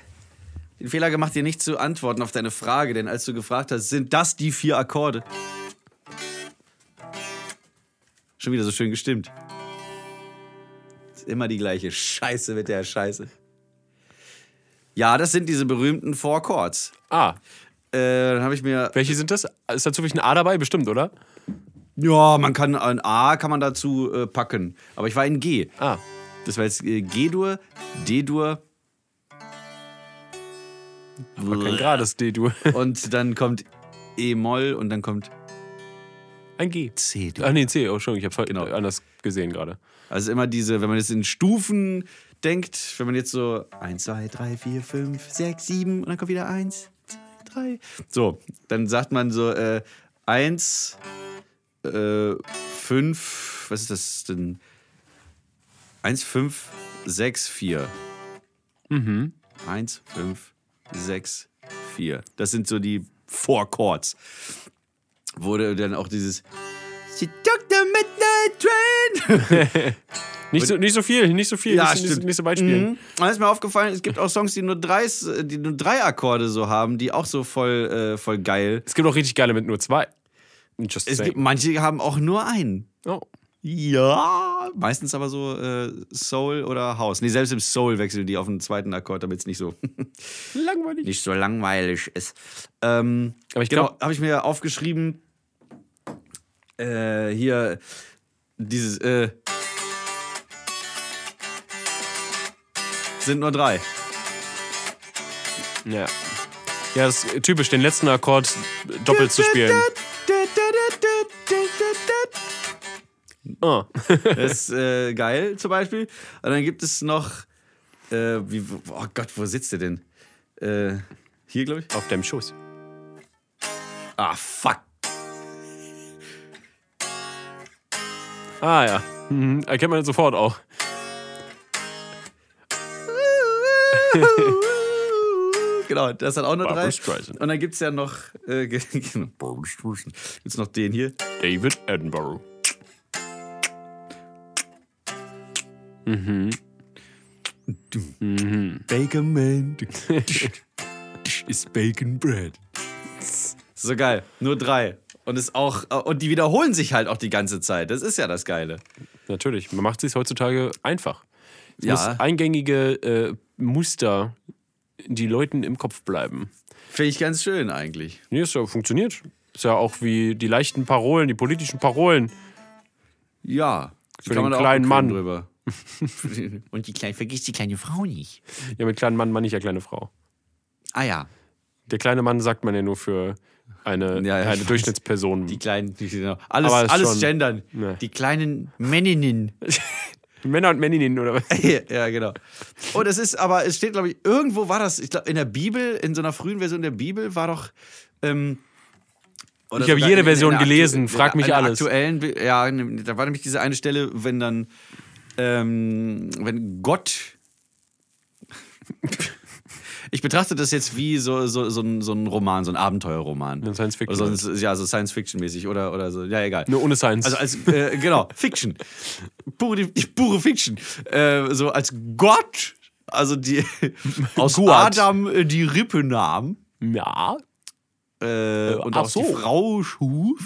[SPEAKER 2] den Fehler gemacht, dir nicht zu antworten auf deine Frage, denn als du gefragt hast, sind das die vier Akkorde? Schon wieder so schön gestimmt. Ist immer die gleiche Scheiße mit der Scheiße. Ja, das sind diese berühmten Four Chords.
[SPEAKER 1] Ah,
[SPEAKER 2] Äh, dann habe ich mir.
[SPEAKER 1] welche sind das? Ist da zufällig ein A dabei? Bestimmt, oder?
[SPEAKER 2] Ja, man kann ein A kann man dazu äh, packen. Aber ich war in G.
[SPEAKER 1] Ah.
[SPEAKER 2] Das war jetzt äh, G-Dur, D-Dur
[SPEAKER 1] Aber kein gerades D, du.
[SPEAKER 2] und dann kommt E-Moll und dann kommt
[SPEAKER 1] (laughs) Ein G.
[SPEAKER 2] C-Dur.
[SPEAKER 1] Ah, nee, C. Oh, Entschuldigung, ich hab's voll
[SPEAKER 2] Genau.
[SPEAKER 1] anders gesehen gerade.
[SPEAKER 2] Also immer diese, wenn man jetzt in Stufen denkt, wenn man jetzt so 1, 2, 3, 4, 5, 6, 7 und dann kommt wieder 1, 2, 3. So, dann sagt man so äh, 1, äh, 5, was ist das denn? 1, 5, 6, 4.
[SPEAKER 1] Mhm.
[SPEAKER 2] 1, 5, 6, 4. Das sind so die Four Chords. Wurde dann auch dieses She took the midnight train.
[SPEAKER 1] Nicht so, nicht so viel, nicht so viel. nicht, so- nicht, so- nicht so weit spielen.
[SPEAKER 2] Mhm. Und dann ist mir aufgefallen, es gibt auch Songs, die nur drei, die nur drei Akkorde so haben, die auch so voll, äh, voll geil.
[SPEAKER 1] Es gibt auch richtig geile mit nur zwei. Just
[SPEAKER 2] Es
[SPEAKER 1] saying.
[SPEAKER 2] gibt, manche haben auch nur einen.
[SPEAKER 1] oh.
[SPEAKER 2] Ja. Meistens aber so äh, Soul oder House. Nee, selbst im Soul wechseln die auf den zweiten Akkord, damit es nicht so (laughs)
[SPEAKER 1] Langweilig.
[SPEAKER 2] nicht so langweilig ist. Ähm,
[SPEAKER 1] Aber ich
[SPEAKER 2] genau,
[SPEAKER 1] glaub-
[SPEAKER 2] habe ich mir aufgeschrieben, äh, hier dieses, äh, sind nur drei.
[SPEAKER 1] Ja. Ja, das ist typisch, den letzten Akkord doppelt zu
[SPEAKER 2] (laughs)
[SPEAKER 1] spielen. Ah. (laughs)
[SPEAKER 2] Das ist äh, geil, zum Beispiel. Und dann gibt es noch, äh, wie, oh Gott, wo sitzt der denn? Äh, hier, glaube ich.
[SPEAKER 1] Auf deinem Schoß.
[SPEAKER 2] Ah, fuck. (laughs)
[SPEAKER 1] Ah ja. Mhm. Erkennt man sofort auch.
[SPEAKER 2] genau, das hat auch nur
[SPEAKER 1] Barbra
[SPEAKER 2] drei.
[SPEAKER 1] Streisand.
[SPEAKER 2] Und dann gibt es ja noch, äh, (laughs) ge- genau, Barbra Streisand. gibt's noch den hier.
[SPEAKER 1] David Attenborough.
[SPEAKER 2] Bacon Man. (laughs) ist Bacon Bread. So geil. Nur drei. Und ist auch, äh, und die wiederholen sich halt auch die ganze Zeit. Das ist ja das Geile.
[SPEAKER 1] Natürlich, man macht es sich heutzutage einfach. Es
[SPEAKER 2] Ja.
[SPEAKER 1] muss eingängige äh, Muster, die Leuten im Kopf bleiben.
[SPEAKER 2] Finde ich ganz schön eigentlich.
[SPEAKER 1] Nee, ist ja funktioniert. Ist ja auch wie die leichten Parolen, die politischen Parolen.
[SPEAKER 2] Ja.
[SPEAKER 1] Für den kleinen
[SPEAKER 2] bequem
[SPEAKER 1] Mann.
[SPEAKER 2] drüber. (laughs) und die kleine, vergiss die kleine Frau nicht.
[SPEAKER 1] Ja, mit kleinen Mann meine ich ja kleine Frau.
[SPEAKER 2] Ah ja.
[SPEAKER 1] Der kleine Mann sagt man ja nur für eine,
[SPEAKER 2] Ja, ja, ich
[SPEAKER 1] eine
[SPEAKER 2] weiß.
[SPEAKER 1] Durchschnittsperson.
[SPEAKER 2] Die kleinen, die- genau. Alles,
[SPEAKER 1] Aber ist
[SPEAKER 2] alles
[SPEAKER 1] schon-
[SPEAKER 2] gendern.
[SPEAKER 1] Nee.
[SPEAKER 2] Die kleinen Männinnen.
[SPEAKER 1] Männer und Männinnen
[SPEAKER 2] (laughs)
[SPEAKER 1] oder was?
[SPEAKER 2] ja, genau. Und es ist aber, es steht, glaube ich, irgendwo war das, ich glaube, in der Bibel, in so einer frühen Version der Bibel war doch. Ähm, oder
[SPEAKER 1] Ich habe
[SPEAKER 2] sogar
[SPEAKER 1] jede
[SPEAKER 2] in- in
[SPEAKER 1] Version
[SPEAKER 2] der aktu-
[SPEAKER 1] gelesen,
[SPEAKER 2] in
[SPEAKER 1] frag
[SPEAKER 2] der-
[SPEAKER 1] mich
[SPEAKER 2] in der
[SPEAKER 1] alles.
[SPEAKER 2] Aktuellen, Bi- ja, in- da war nämlich diese eine Stelle, wenn dann, ähm, wenn Gott. (laughs) Ich betrachte das jetzt wie so, so, so, ein, so ein Roman, so ein Abenteuerroman.
[SPEAKER 1] Ein Science-Fiction.
[SPEAKER 2] Oder so ein- ja, so Science-Fiction-mäßig oder, oder so. Ja, egal.
[SPEAKER 1] Nur ohne Science.
[SPEAKER 2] Also als, äh, genau, Fiction. Pure, die, die pure Fiction. Äh, so als Gott,
[SPEAKER 1] (laughs)
[SPEAKER 2] also die aus
[SPEAKER 1] Gott.
[SPEAKER 2] Adam äh, die Rippe nahm
[SPEAKER 1] ja.
[SPEAKER 2] äh, und
[SPEAKER 1] ach
[SPEAKER 2] aus
[SPEAKER 1] so. Mhm.
[SPEAKER 2] die Frau schuf.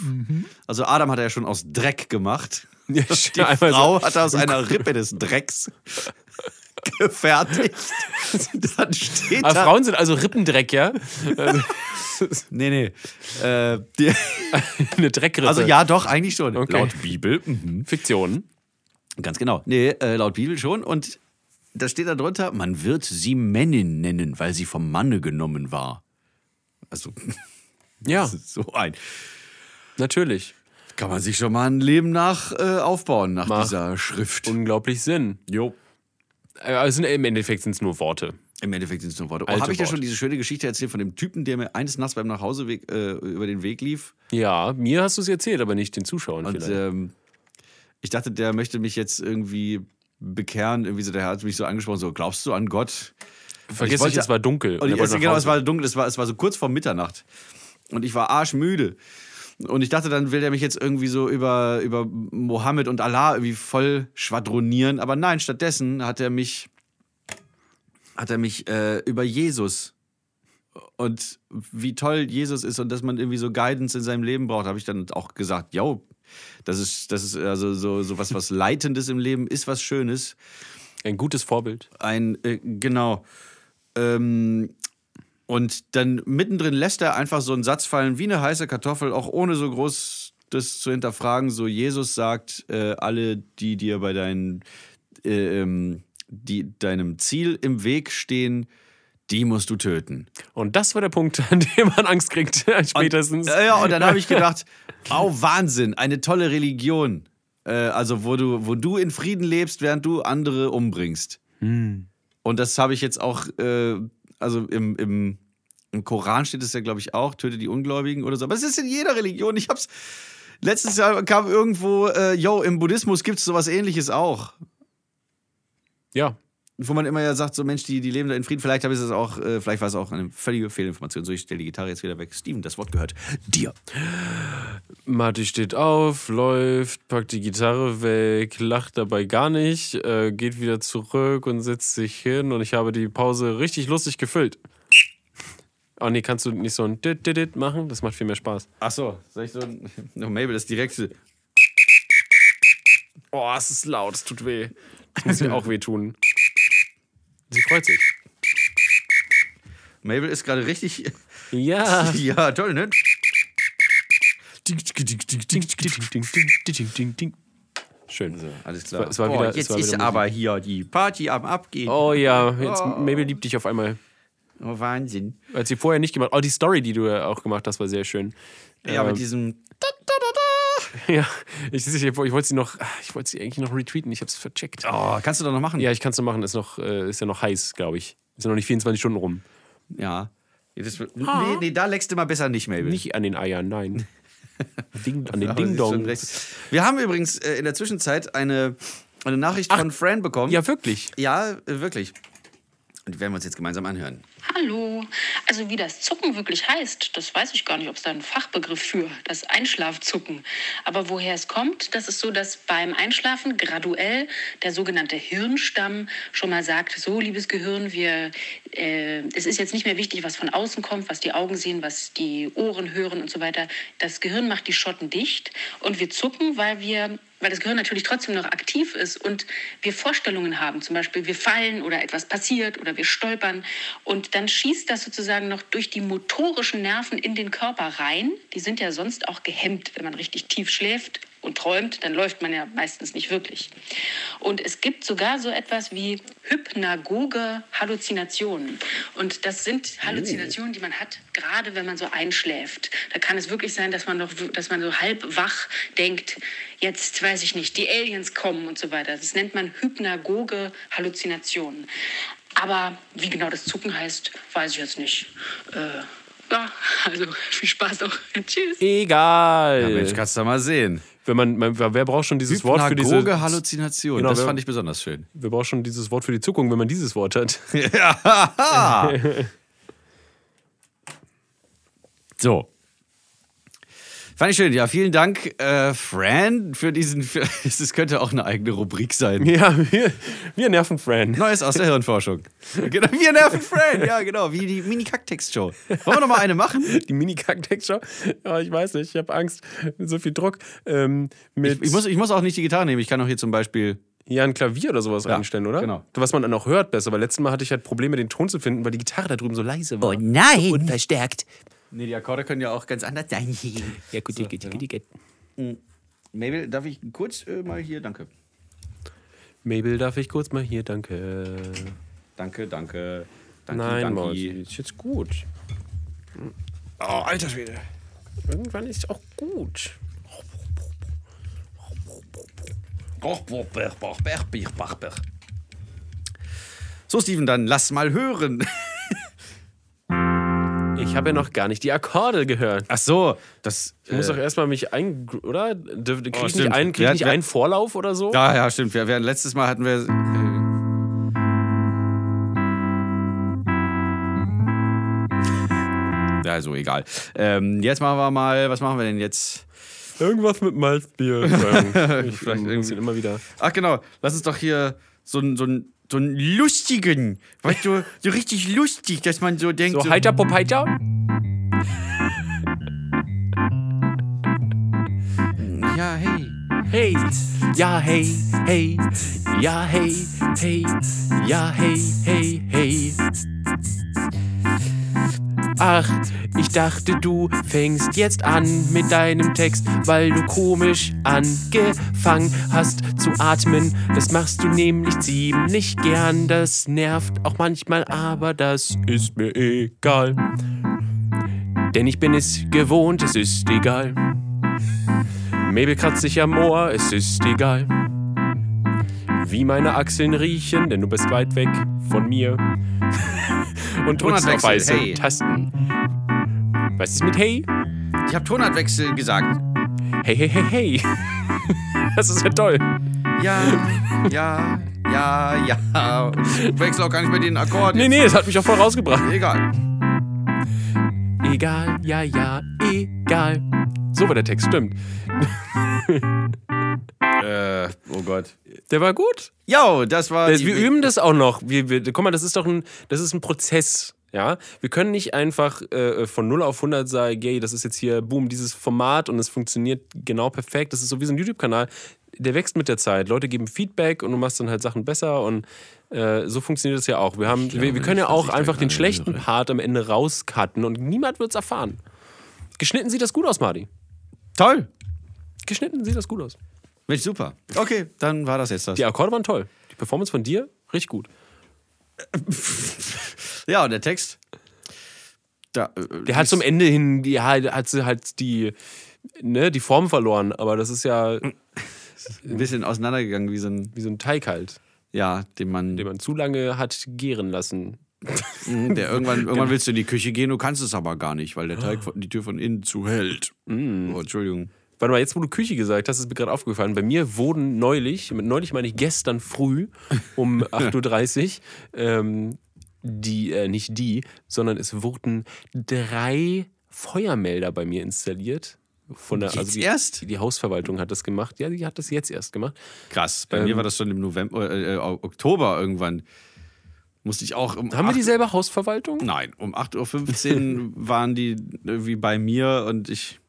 [SPEAKER 2] Also Adam hat er ja schon aus
[SPEAKER 1] (laughs)
[SPEAKER 2] Dreck gemacht.
[SPEAKER 1] ja
[SPEAKER 2] Die
[SPEAKER 1] einmal Also so.
[SPEAKER 2] Frau hat er aus einer Rippe des Drecks
[SPEAKER 1] (laughs)
[SPEAKER 2] gefertigt. Dann steht
[SPEAKER 1] Ah,
[SPEAKER 2] da...
[SPEAKER 1] Frauen sind also Rippendreck, ja? (laughs)
[SPEAKER 2] Nee, nee. Äh, die,
[SPEAKER 1] Eine Dreckrippe.
[SPEAKER 2] also ja, doch, eigentlich schon.
[SPEAKER 1] Okay.
[SPEAKER 2] Laut Bibel. Mhm.
[SPEAKER 1] Fiktion.
[SPEAKER 2] Ganz genau. Nee, äh, laut Bibel schon. Und da steht da drunter, man wird sie Männin nennen, weil sie vom Manne genommen war. Also, (laughs)
[SPEAKER 1] Ja,
[SPEAKER 2] das ist so ein.
[SPEAKER 1] natürlich.
[SPEAKER 2] Kann man sich schon mal ein Leben nach äh, aufbauen, nach
[SPEAKER 1] Mach.
[SPEAKER 2] dieser Schrift.
[SPEAKER 1] Unglaublich Sinn.
[SPEAKER 2] jo.
[SPEAKER 1] Äh, Also im Endeffekt sind es nur Worte.
[SPEAKER 2] Im Endeffekt sind es nur Worte. Oh,
[SPEAKER 1] Alte
[SPEAKER 2] Habe ich dir
[SPEAKER 1] Worte.
[SPEAKER 2] schon diese schöne Geschichte erzählt von dem Typen, der mir eines Nachts beim Nachhauseweg äh, über den Weg lief?
[SPEAKER 1] Ja, mir hast du es erzählt, aber nicht den Zuschauern
[SPEAKER 2] Und
[SPEAKER 1] vielleicht.
[SPEAKER 2] ähm, ich dachte, der möchte mich jetzt irgendwie bekehren. Irgendwie so, der hat mich so angesprochen, so, glaubst du an Gott?
[SPEAKER 1] Vergiss
[SPEAKER 2] ich wollte-
[SPEAKER 1] nicht, es war dunkel.
[SPEAKER 2] Und
[SPEAKER 1] er
[SPEAKER 2] ich,
[SPEAKER 1] wollte
[SPEAKER 2] also,
[SPEAKER 1] nach
[SPEAKER 2] genau,
[SPEAKER 1] Hause.
[SPEAKER 2] es war dunkel, es war, es war so kurz vor Mitternacht. Und ich war arschmüde. Und ich dachte, dann will der mich jetzt irgendwie so über, über Mohammed und Allah irgendwie voll schwadronieren. Aber nein, stattdessen hat er mich, hat er mich äh, über Jesus und wie toll Jesus ist und dass man irgendwie so Guidance in seinem Leben braucht, habe ich dann auch gesagt, yo, das ist, das ist also so, so was, was Leitendes im Leben ist was Schönes
[SPEAKER 1] ein gutes Vorbild.
[SPEAKER 2] ein, äh, genau. Ähm, und dann mittendrin lässt er einfach so einen Satz fallen, wie eine heiße Kartoffel, auch ohne so groß das zu hinterfragen. So, Jesus sagt, äh, alle, die dir bei deinen, äh, ähm, die deinem Ziel im Weg stehen, die musst du töten.
[SPEAKER 1] Und das war der Punkt, (laughs) an dem man Angst kriegt, (laughs) spätestens.
[SPEAKER 2] Ja, ja, und dann habe ich gedacht, au Wahnsinn, eine tolle Religion. Äh, also wo du, wo du in Frieden lebst, während du andere umbringst. Und das habe ich jetzt auch, äh, also im, im, im Koran steht es ja, glaube ich, auch, töte die Ungläubigen oder so. Aber es ist in jeder Religion. Ich hab's. Letztes Jahr kam irgendwo, äh, yo, im Buddhismus gibt es sowas ähnliches auch.
[SPEAKER 1] ja,
[SPEAKER 2] Wo man immer ja sagt, so Mensch, die, die leben da in Frieden. Vielleicht habe ich das auch, äh, vielleicht war es auch eine völlige Fehlinformation. So, ich stelle die Gitarre jetzt wieder weg. Steven, das Wort gehört dir.
[SPEAKER 1] Matti steht auf, läuft, packt die Gitarre weg, lacht dabei gar nicht, äh, geht wieder zurück und setzt sich hin und ich habe die Pause richtig lustig gefüllt. Oh nee, kannst du nicht so ein dit, dit, dit machen? Das macht viel mehr Spaß.
[SPEAKER 2] Ach so, soll ich so ein. (laughs) No, Mabel, das direkte.
[SPEAKER 1] Oh, es ist laut, es tut weh. Das muss mir auch wehtun. Sie freut sich.
[SPEAKER 2] Mabel ist gerade richtig. (laughs)
[SPEAKER 1] Ja.
[SPEAKER 2] Ja, toll, ne?
[SPEAKER 1] Schön.
[SPEAKER 2] Alles klar. Oh,
[SPEAKER 1] Es war- es war wieder- es
[SPEAKER 2] jetzt
[SPEAKER 1] war
[SPEAKER 2] ist
[SPEAKER 1] wieder
[SPEAKER 2] aber hier die Party am Abgehen. Oh,
[SPEAKER 1] Oh ja, jetzt Mabel liebt dich auf einmal.
[SPEAKER 2] Wahnsinn.
[SPEAKER 1] Als sie vorher nicht gemacht. Oh, die Story, die du ja auch gemacht hast, war sehr schön.
[SPEAKER 2] Ja, mit diesem.
[SPEAKER 1] Ja, ich, ich, ich wollte sie noch, ich wollte sie eigentlich noch retweeten, ich habe es vercheckt.
[SPEAKER 2] Oh, kannst du doch noch machen?
[SPEAKER 1] Ja, ich kann es noch machen, ist, noch, äh, ist ja noch heiß, glaube ich. Ist ja noch nicht 24 Stunden rum.
[SPEAKER 2] ja. Das, nee, nee, da leckst du mal besser nicht, Mabel.
[SPEAKER 1] Nicht an den Eiern,
[SPEAKER 2] (laughs)
[SPEAKER 1] nein. Ding, an den
[SPEAKER 2] Aber sie ist schon
[SPEAKER 1] Ding-Dong.
[SPEAKER 2] recht. Wir haben übrigens äh, in der Zwischenzeit eine, eine Nachricht von Fran bekommen.
[SPEAKER 1] Ja, wirklich.
[SPEAKER 2] Ja, äh, wirklich. Und die werden wir uns jetzt gemeinsam anhören.
[SPEAKER 3] Hallo. Also wie das Zucken wirklich heißt, das weiß ich gar nicht, ob es da einen Fachbegriff für, das Einschlafzucken. Aber woher es kommt, das ist so, dass beim Einschlafen graduell der sogenannte Hirnstamm schon mal sagt, so liebes Gehirn, wir, äh, es ist jetzt nicht mehr wichtig, was von außen kommt, was die Augen sehen, was die Ohren hören und so weiter. Das Gehirn macht die Schotten dicht und wir zucken, weil wir weil das Gehirn natürlich trotzdem noch aktiv ist und wir Vorstellungen haben, zum Beispiel wir fallen oder etwas passiert oder wir stolpern und dann schießt das sozusagen noch durch die motorischen Nerven in den Körper rein. Die sind ja sonst auch gehemmt, wenn man richtig tief schläft und träumt, dann läuft man ja meistens nicht wirklich. Und es gibt sogar so etwas wie hypnagoge Halluzinationen. Und das sind Halluzinationen, die man hat, gerade wenn man so einschläft. Da kann es wirklich sein, dass man, noch, dass man so halb wach denkt, jetzt weiß ich nicht, die Aliens kommen und so weiter. Das nennt man hypnagoge Halluzinationen. Aber wie genau das Zucken heißt, weiß ich jetzt nicht. Äh, ja, (laughs) also viel Spaß auch. (laughs) Tschüss.
[SPEAKER 1] Egal.
[SPEAKER 2] Ja, Mensch, kannst du da mal sehen.
[SPEAKER 1] Wenn man, man, wer braucht schon dieses Äh. Wort für diese
[SPEAKER 2] Hypnagoge Halluzination.
[SPEAKER 1] Genau,
[SPEAKER 2] das
[SPEAKER 1] wir-
[SPEAKER 2] fand ich besonders schön.
[SPEAKER 1] Wer braucht schon dieses Wort für die Zuckung, wenn man dieses Wort hat? (laughs)
[SPEAKER 2] Ja. (laughs) so. Fand ich schön. Ja, vielen Dank, äh, Fran, für diesen. Für, (laughs) das könnte auch eine eigene Rubrik sein.
[SPEAKER 1] Ja, wir, wir nerven Fran.
[SPEAKER 2] Neues aus der Hirnforschung. Genau, wir nerven Fran. Ja, genau. Wie die Mini-Kacktext-Show. Wollen wir noch mal eine machen?
[SPEAKER 1] Die mini show Ja, ich weiß nicht, ich habe Angst. So viel Druck. Ähm, mit
[SPEAKER 2] Ich, ich, muss, ich muss auch nicht die Gitarre nehmen. Ich kann auch hier zum Beispiel.
[SPEAKER 1] ja, ein Klavier oder sowas reinstellen, oder?
[SPEAKER 2] genau.
[SPEAKER 1] Was man dann auch hört besser, weil letztes Mal hatte ich halt Probleme, den Ton zu finden, weil die Gitarre da drüben so leise war.
[SPEAKER 4] Nein, verstärkt.
[SPEAKER 2] Nee, die Akkorde können ja auch ganz anders sein. Mm.
[SPEAKER 4] Ja, gut, so, gut, gut, gut.
[SPEAKER 2] Mabel, darf ich kurz äh, mal hier? Danke.
[SPEAKER 1] Mabel, darf ich kurz mal hier? Danke.
[SPEAKER 2] Danke, danke. Danke,
[SPEAKER 1] Nein,
[SPEAKER 2] danke.
[SPEAKER 1] Maus, ist jetzt gut. Oh, alter Schwede. Irgendwann ist auch gut.
[SPEAKER 2] So, Steven, dann lass mal hören.
[SPEAKER 1] Ich habe ja noch gar nicht die Akkorde gehört.
[SPEAKER 2] (laughs) Ach so, das.
[SPEAKER 1] Ich muss
[SPEAKER 2] äh, Oh,
[SPEAKER 1] doch erstmal mich ein, oder? Dürf- Krieg ich nicht,
[SPEAKER 2] stimmt.
[SPEAKER 1] einen, krieg
[SPEAKER 2] Ja,
[SPEAKER 1] ich nicht
[SPEAKER 2] ja.
[SPEAKER 1] einen Vorlauf oder so?
[SPEAKER 2] ja, ja, stimmt. Wir, wir, letztes Mal hatten wir. Äh, ja, so egal. Ähm, jetzt machen wir mal. Was machen wir denn jetzt?
[SPEAKER 1] Irgendwas mit
[SPEAKER 2] (laughs)
[SPEAKER 1] Malzbier. ich
[SPEAKER 2] Vielleicht
[SPEAKER 1] Vielleicht
[SPEAKER 2] irgendwie.
[SPEAKER 1] irgendwie immer wieder.
[SPEAKER 2] Ach, genau. Lass uns doch hier so einen so einen- so einen lustigen. Weißt du, so richtig lustig, dass man so denkt.
[SPEAKER 1] So halt- heiter pop heiter.
[SPEAKER 2] ja, hey.
[SPEAKER 1] Hey, ja hey, hey, ja hey, hey, ja hey, hey, hey. Ach, ich dachte, du fängst jetzt an mit deinem Text, weil du komisch angefangen hast zu atmen. Das machst du nämlich ziemlich gern, das nervt auch manchmal, aber das ist mir egal. Denn ich bin es gewohnt, es ist egal. Mabel kratzt sich am Ohr, es ist egal. Wie meine Achseln riechen, denn du bist weit weg von mir. (laughs) Und drückst auf
[SPEAKER 2] Tonartwechsel,
[SPEAKER 1] weiße
[SPEAKER 2] hey.
[SPEAKER 1] Tasten. Was ist mit Hey?
[SPEAKER 2] Ich habe Tonartwechsel gesagt.
[SPEAKER 1] Hey, hey, hey, hey. (laughs) Das ist ja toll.
[SPEAKER 2] Ja, ja, ja, ja. Und Ich wechsle auch gar nicht mehr den Akkord.
[SPEAKER 1] Nee, nee, das hat mich auch voll rausgebracht.
[SPEAKER 2] Egal.
[SPEAKER 1] Egal, ja, ja, egal. So war der Text, stimmt.
[SPEAKER 2] Äh, oh Gott.
[SPEAKER 1] Der war gut.
[SPEAKER 2] Jo, das war.
[SPEAKER 1] Das,
[SPEAKER 2] die-
[SPEAKER 1] Also wir üben das auch noch. Wir, wir, guck mal, das ist doch ein, das ist ein Prozess. Ja, wir können nicht einfach äh, von 0 auf 100 sagen, yay, das ist jetzt hier, boom, dieses Format und es funktioniert genau perfekt. Das ist so wie so ein YouTube-Kanal, der wächst mit der Zeit. Leute geben Feedback und du machst dann halt Sachen besser und äh, so funktioniert das ja auch. Wir, haben, wir, wir können ja
[SPEAKER 2] nicht, dass
[SPEAKER 1] auch
[SPEAKER 2] ich da
[SPEAKER 1] einfach den
[SPEAKER 2] gerade
[SPEAKER 1] schlechten Part am Ende rauscutten und niemand wird es erfahren. Geschnitten sieht das gut aus, Mardi.
[SPEAKER 2] Toll.
[SPEAKER 1] Geschnitten sieht das gut aus.
[SPEAKER 2] Mensch, super. Okay, dann war das jetzt das.
[SPEAKER 1] Die Akkorde waren toll. Die Performance von dir, richtig gut.
[SPEAKER 2] Ja, und der Text. Da, äh,
[SPEAKER 1] Der hat zum Ende hin, ja, der hat sie halt die, ne, die Form verloren, aber das ist ja
[SPEAKER 2] Hm. ein bisschen auseinandergegangen, wie so ein.
[SPEAKER 1] wie so ein Teig halt,
[SPEAKER 2] Ja, den Mann.
[SPEAKER 1] den man zu lange hat gären lassen.
[SPEAKER 2] hm, der
[SPEAKER 1] (laughs)
[SPEAKER 2] irgendwann, irgendwann willst du in die Küche gehen, du kannst es aber gar nicht, weil der Teig von, die Tür von innen zuhält.
[SPEAKER 1] Mm.
[SPEAKER 2] Oh, Entschuldigung.
[SPEAKER 1] Warte mal, jetzt wo du Küche gesagt hast, ist mir gerade aufgefallen, bei mir wurden
[SPEAKER 2] (laughs)
[SPEAKER 1] neulich, mit neulich meine ich gestern früh um 8.30 Uhr, ähm, die, äh, nicht die, sondern es wurden drei Feuermelder bei mir installiert. Von der, also
[SPEAKER 2] Jetzt
[SPEAKER 1] die,
[SPEAKER 2] erst?
[SPEAKER 1] Die Hausverwaltung hat das gemacht. Ja, die hat das jetzt erst gemacht.
[SPEAKER 2] Krass. Bei
[SPEAKER 1] Ähm.
[SPEAKER 2] mir war das schon im November, äh, äh, Oktober irgendwann. Musste ich auch um
[SPEAKER 1] Haben wir
[SPEAKER 2] acht-
[SPEAKER 1] die selber Hausverwaltung?
[SPEAKER 2] Nein,
[SPEAKER 1] (laughs)
[SPEAKER 2] um 8.15 Uhr waren die irgendwie bei mir und ich.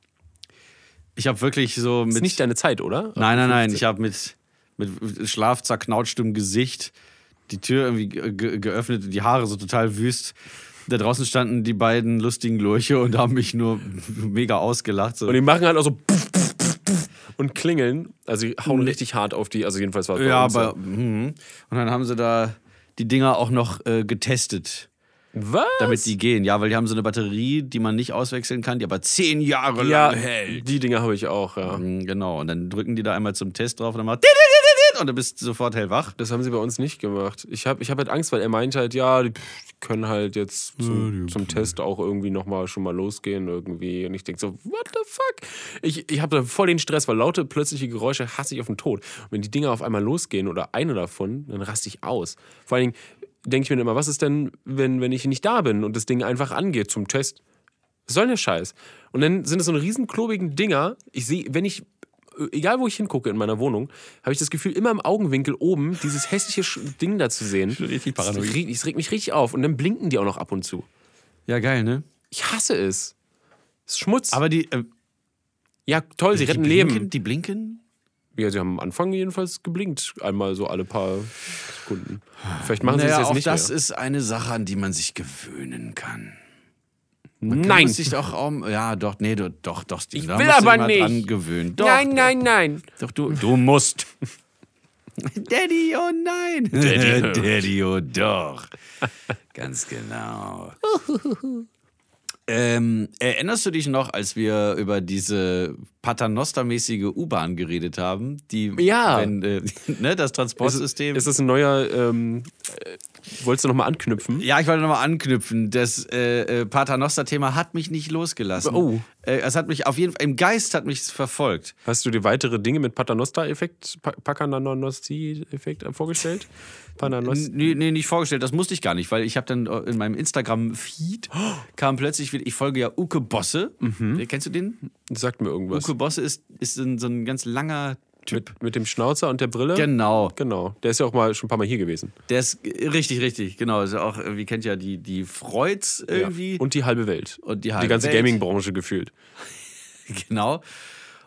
[SPEAKER 2] Ich habe wirklich so
[SPEAKER 1] Ist
[SPEAKER 2] mit.
[SPEAKER 1] nicht deine Zeit, oder?
[SPEAKER 2] Nein, nein, nein. Ich habe mit, mit schlafzerknautschtem Gesicht die Tür irgendwie ge ge- geöffnet und die Haare so total wüst. Da draußen standen die beiden lustigen Lurche und haben mich nur (laughs) mega ausgelacht. So.
[SPEAKER 1] Und die machen halt auch so puff, puff, puff, puff und klingeln. Also die hauen richtig hart auf die. Also jedenfalls war es bei
[SPEAKER 2] Mhm. ja,
[SPEAKER 1] uns so.
[SPEAKER 2] aber. mhm. Und dann haben sie da die Dinger auch noch äh, getestet.
[SPEAKER 1] Was?
[SPEAKER 2] Damit die gehen, ja, weil die haben so eine Batterie, die man nicht auswechseln kann, die aber zehn Jahre lang
[SPEAKER 1] ja,
[SPEAKER 2] hält.
[SPEAKER 1] die Dinger habe ich auch, ja.
[SPEAKER 2] Mhm, Genau, und dann drücken die da einmal zum Test drauf und dann macht dit, dit, dit, dit, dit, und du bist sofort hellwach.
[SPEAKER 1] Das haben sie bei uns nicht gemacht. Ich habe ich hab halt Angst, weil er meinte halt, ja, die pff, können halt jetzt zum, zum Test auch irgendwie nochmal schon mal losgehen irgendwie. Und ich denke so, what the fuck? Ich, ich habe da voll den Stress, weil laute plötzliche Geräusche hasse ich auf den Tod. Und wenn die Dinger auf einmal losgehen oder eine davon, dann raste ich aus. Vor allen Dingen denke ich mir dann immer, was ist denn, wenn, wenn ich nicht da bin und das Ding einfach angeht zum Test? Was soll denn der Scheiß? Und dann sind es so eine riesen klobigen Dinger. Ich sehe, wenn ich, äh, egal wo ich hingucke in meiner Wohnung, habe ich das Gefühl, immer im Augenwinkel oben dieses hässliche Sch- Ding da zu sehen.
[SPEAKER 2] richtig
[SPEAKER 1] Das
[SPEAKER 2] paranoid.
[SPEAKER 1] regt- Das regt mich richtig auf. Und dann blinken die auch noch ab und zu.
[SPEAKER 2] Ja, geil, ne?
[SPEAKER 1] Ich hasse es. Es ist Schmutz.
[SPEAKER 2] Aber die, äh,
[SPEAKER 1] ja, toll, sie
[SPEAKER 2] die
[SPEAKER 1] retten
[SPEAKER 2] blinken,
[SPEAKER 1] Leben.
[SPEAKER 2] Die blinken?
[SPEAKER 1] Ja, sie haben am Anfang jedenfalls geblinkt. Einmal so alle paar Sekunden. Vielleicht machen sie
[SPEAKER 2] naja,
[SPEAKER 1] es jetzt
[SPEAKER 2] auch
[SPEAKER 1] nicht
[SPEAKER 2] das
[SPEAKER 1] mehr.
[SPEAKER 2] ist eine Sache, an die man sich gewöhnen kann.
[SPEAKER 1] Nein.
[SPEAKER 2] Muss sich auch, um, ja, doch, nee, du, doch, doch, Steven,
[SPEAKER 1] Ich
[SPEAKER 2] da
[SPEAKER 1] will
[SPEAKER 2] musst du
[SPEAKER 1] aber
[SPEAKER 2] dich mal
[SPEAKER 1] nicht.
[SPEAKER 2] Dran gewöhnen. Doch,
[SPEAKER 1] nein,
[SPEAKER 2] doch,
[SPEAKER 1] nein, nein.
[SPEAKER 2] Doch, du, du musst. (laughs) Daddy, oh nein. (laughs) Daddy, oh doch. Ganz genau. ähm, erinnerst du dich noch, als wir über diese Paternoster-mäßige U-Bahn geredet haben? Die,
[SPEAKER 1] Ja.
[SPEAKER 2] Wenn, äh, (laughs) ne, das Transportsystem.
[SPEAKER 1] Ist das ein neuer. Ähm, äh, wolltest du nochmal anknüpfen?
[SPEAKER 2] Ja, ich wollte nochmal anknüpfen. Das äh, äh, Paternoster-Thema hat mich nicht losgelassen.
[SPEAKER 1] Oh.
[SPEAKER 2] Äh, es hat mich auf jeden Fall, im Geist hat mich verfolgt.
[SPEAKER 1] Hast du dir weitere Dinge mit Paternoster-Effekt, Pa- Pakananonosti-Effekt
[SPEAKER 2] (laughs)
[SPEAKER 1] vorgestellt? Pananos
[SPEAKER 2] Nee, nee, nicht vorgestellt. Das musste ich gar nicht, weil ich habe dann äh, in meinem Instagram-Feed (gasps) kam plötzlich wieder, ich folge ja Uke Bosse.
[SPEAKER 1] Mhm.
[SPEAKER 2] Kennst du den?
[SPEAKER 1] sagt mir irgendwas.
[SPEAKER 2] Uke Bosse ist, ist ein, so ein ganz langer Typ.
[SPEAKER 1] Mit, mit dem Schnauzer und der Brille?
[SPEAKER 2] Genau.
[SPEAKER 1] Genau. Der ist ja auch mal schon ein paar Mal hier gewesen.
[SPEAKER 2] Der ist äh, richtig, richtig, genau. Ist ja auch, äh, wie kennt ja die, die Freuds irgendwie.
[SPEAKER 1] Ja. Und die halbe Welt.
[SPEAKER 2] Und die halbe
[SPEAKER 1] Die ganze
[SPEAKER 2] Welt.
[SPEAKER 1] Gaming-Branche gefühlt.
[SPEAKER 2] (laughs) Genau.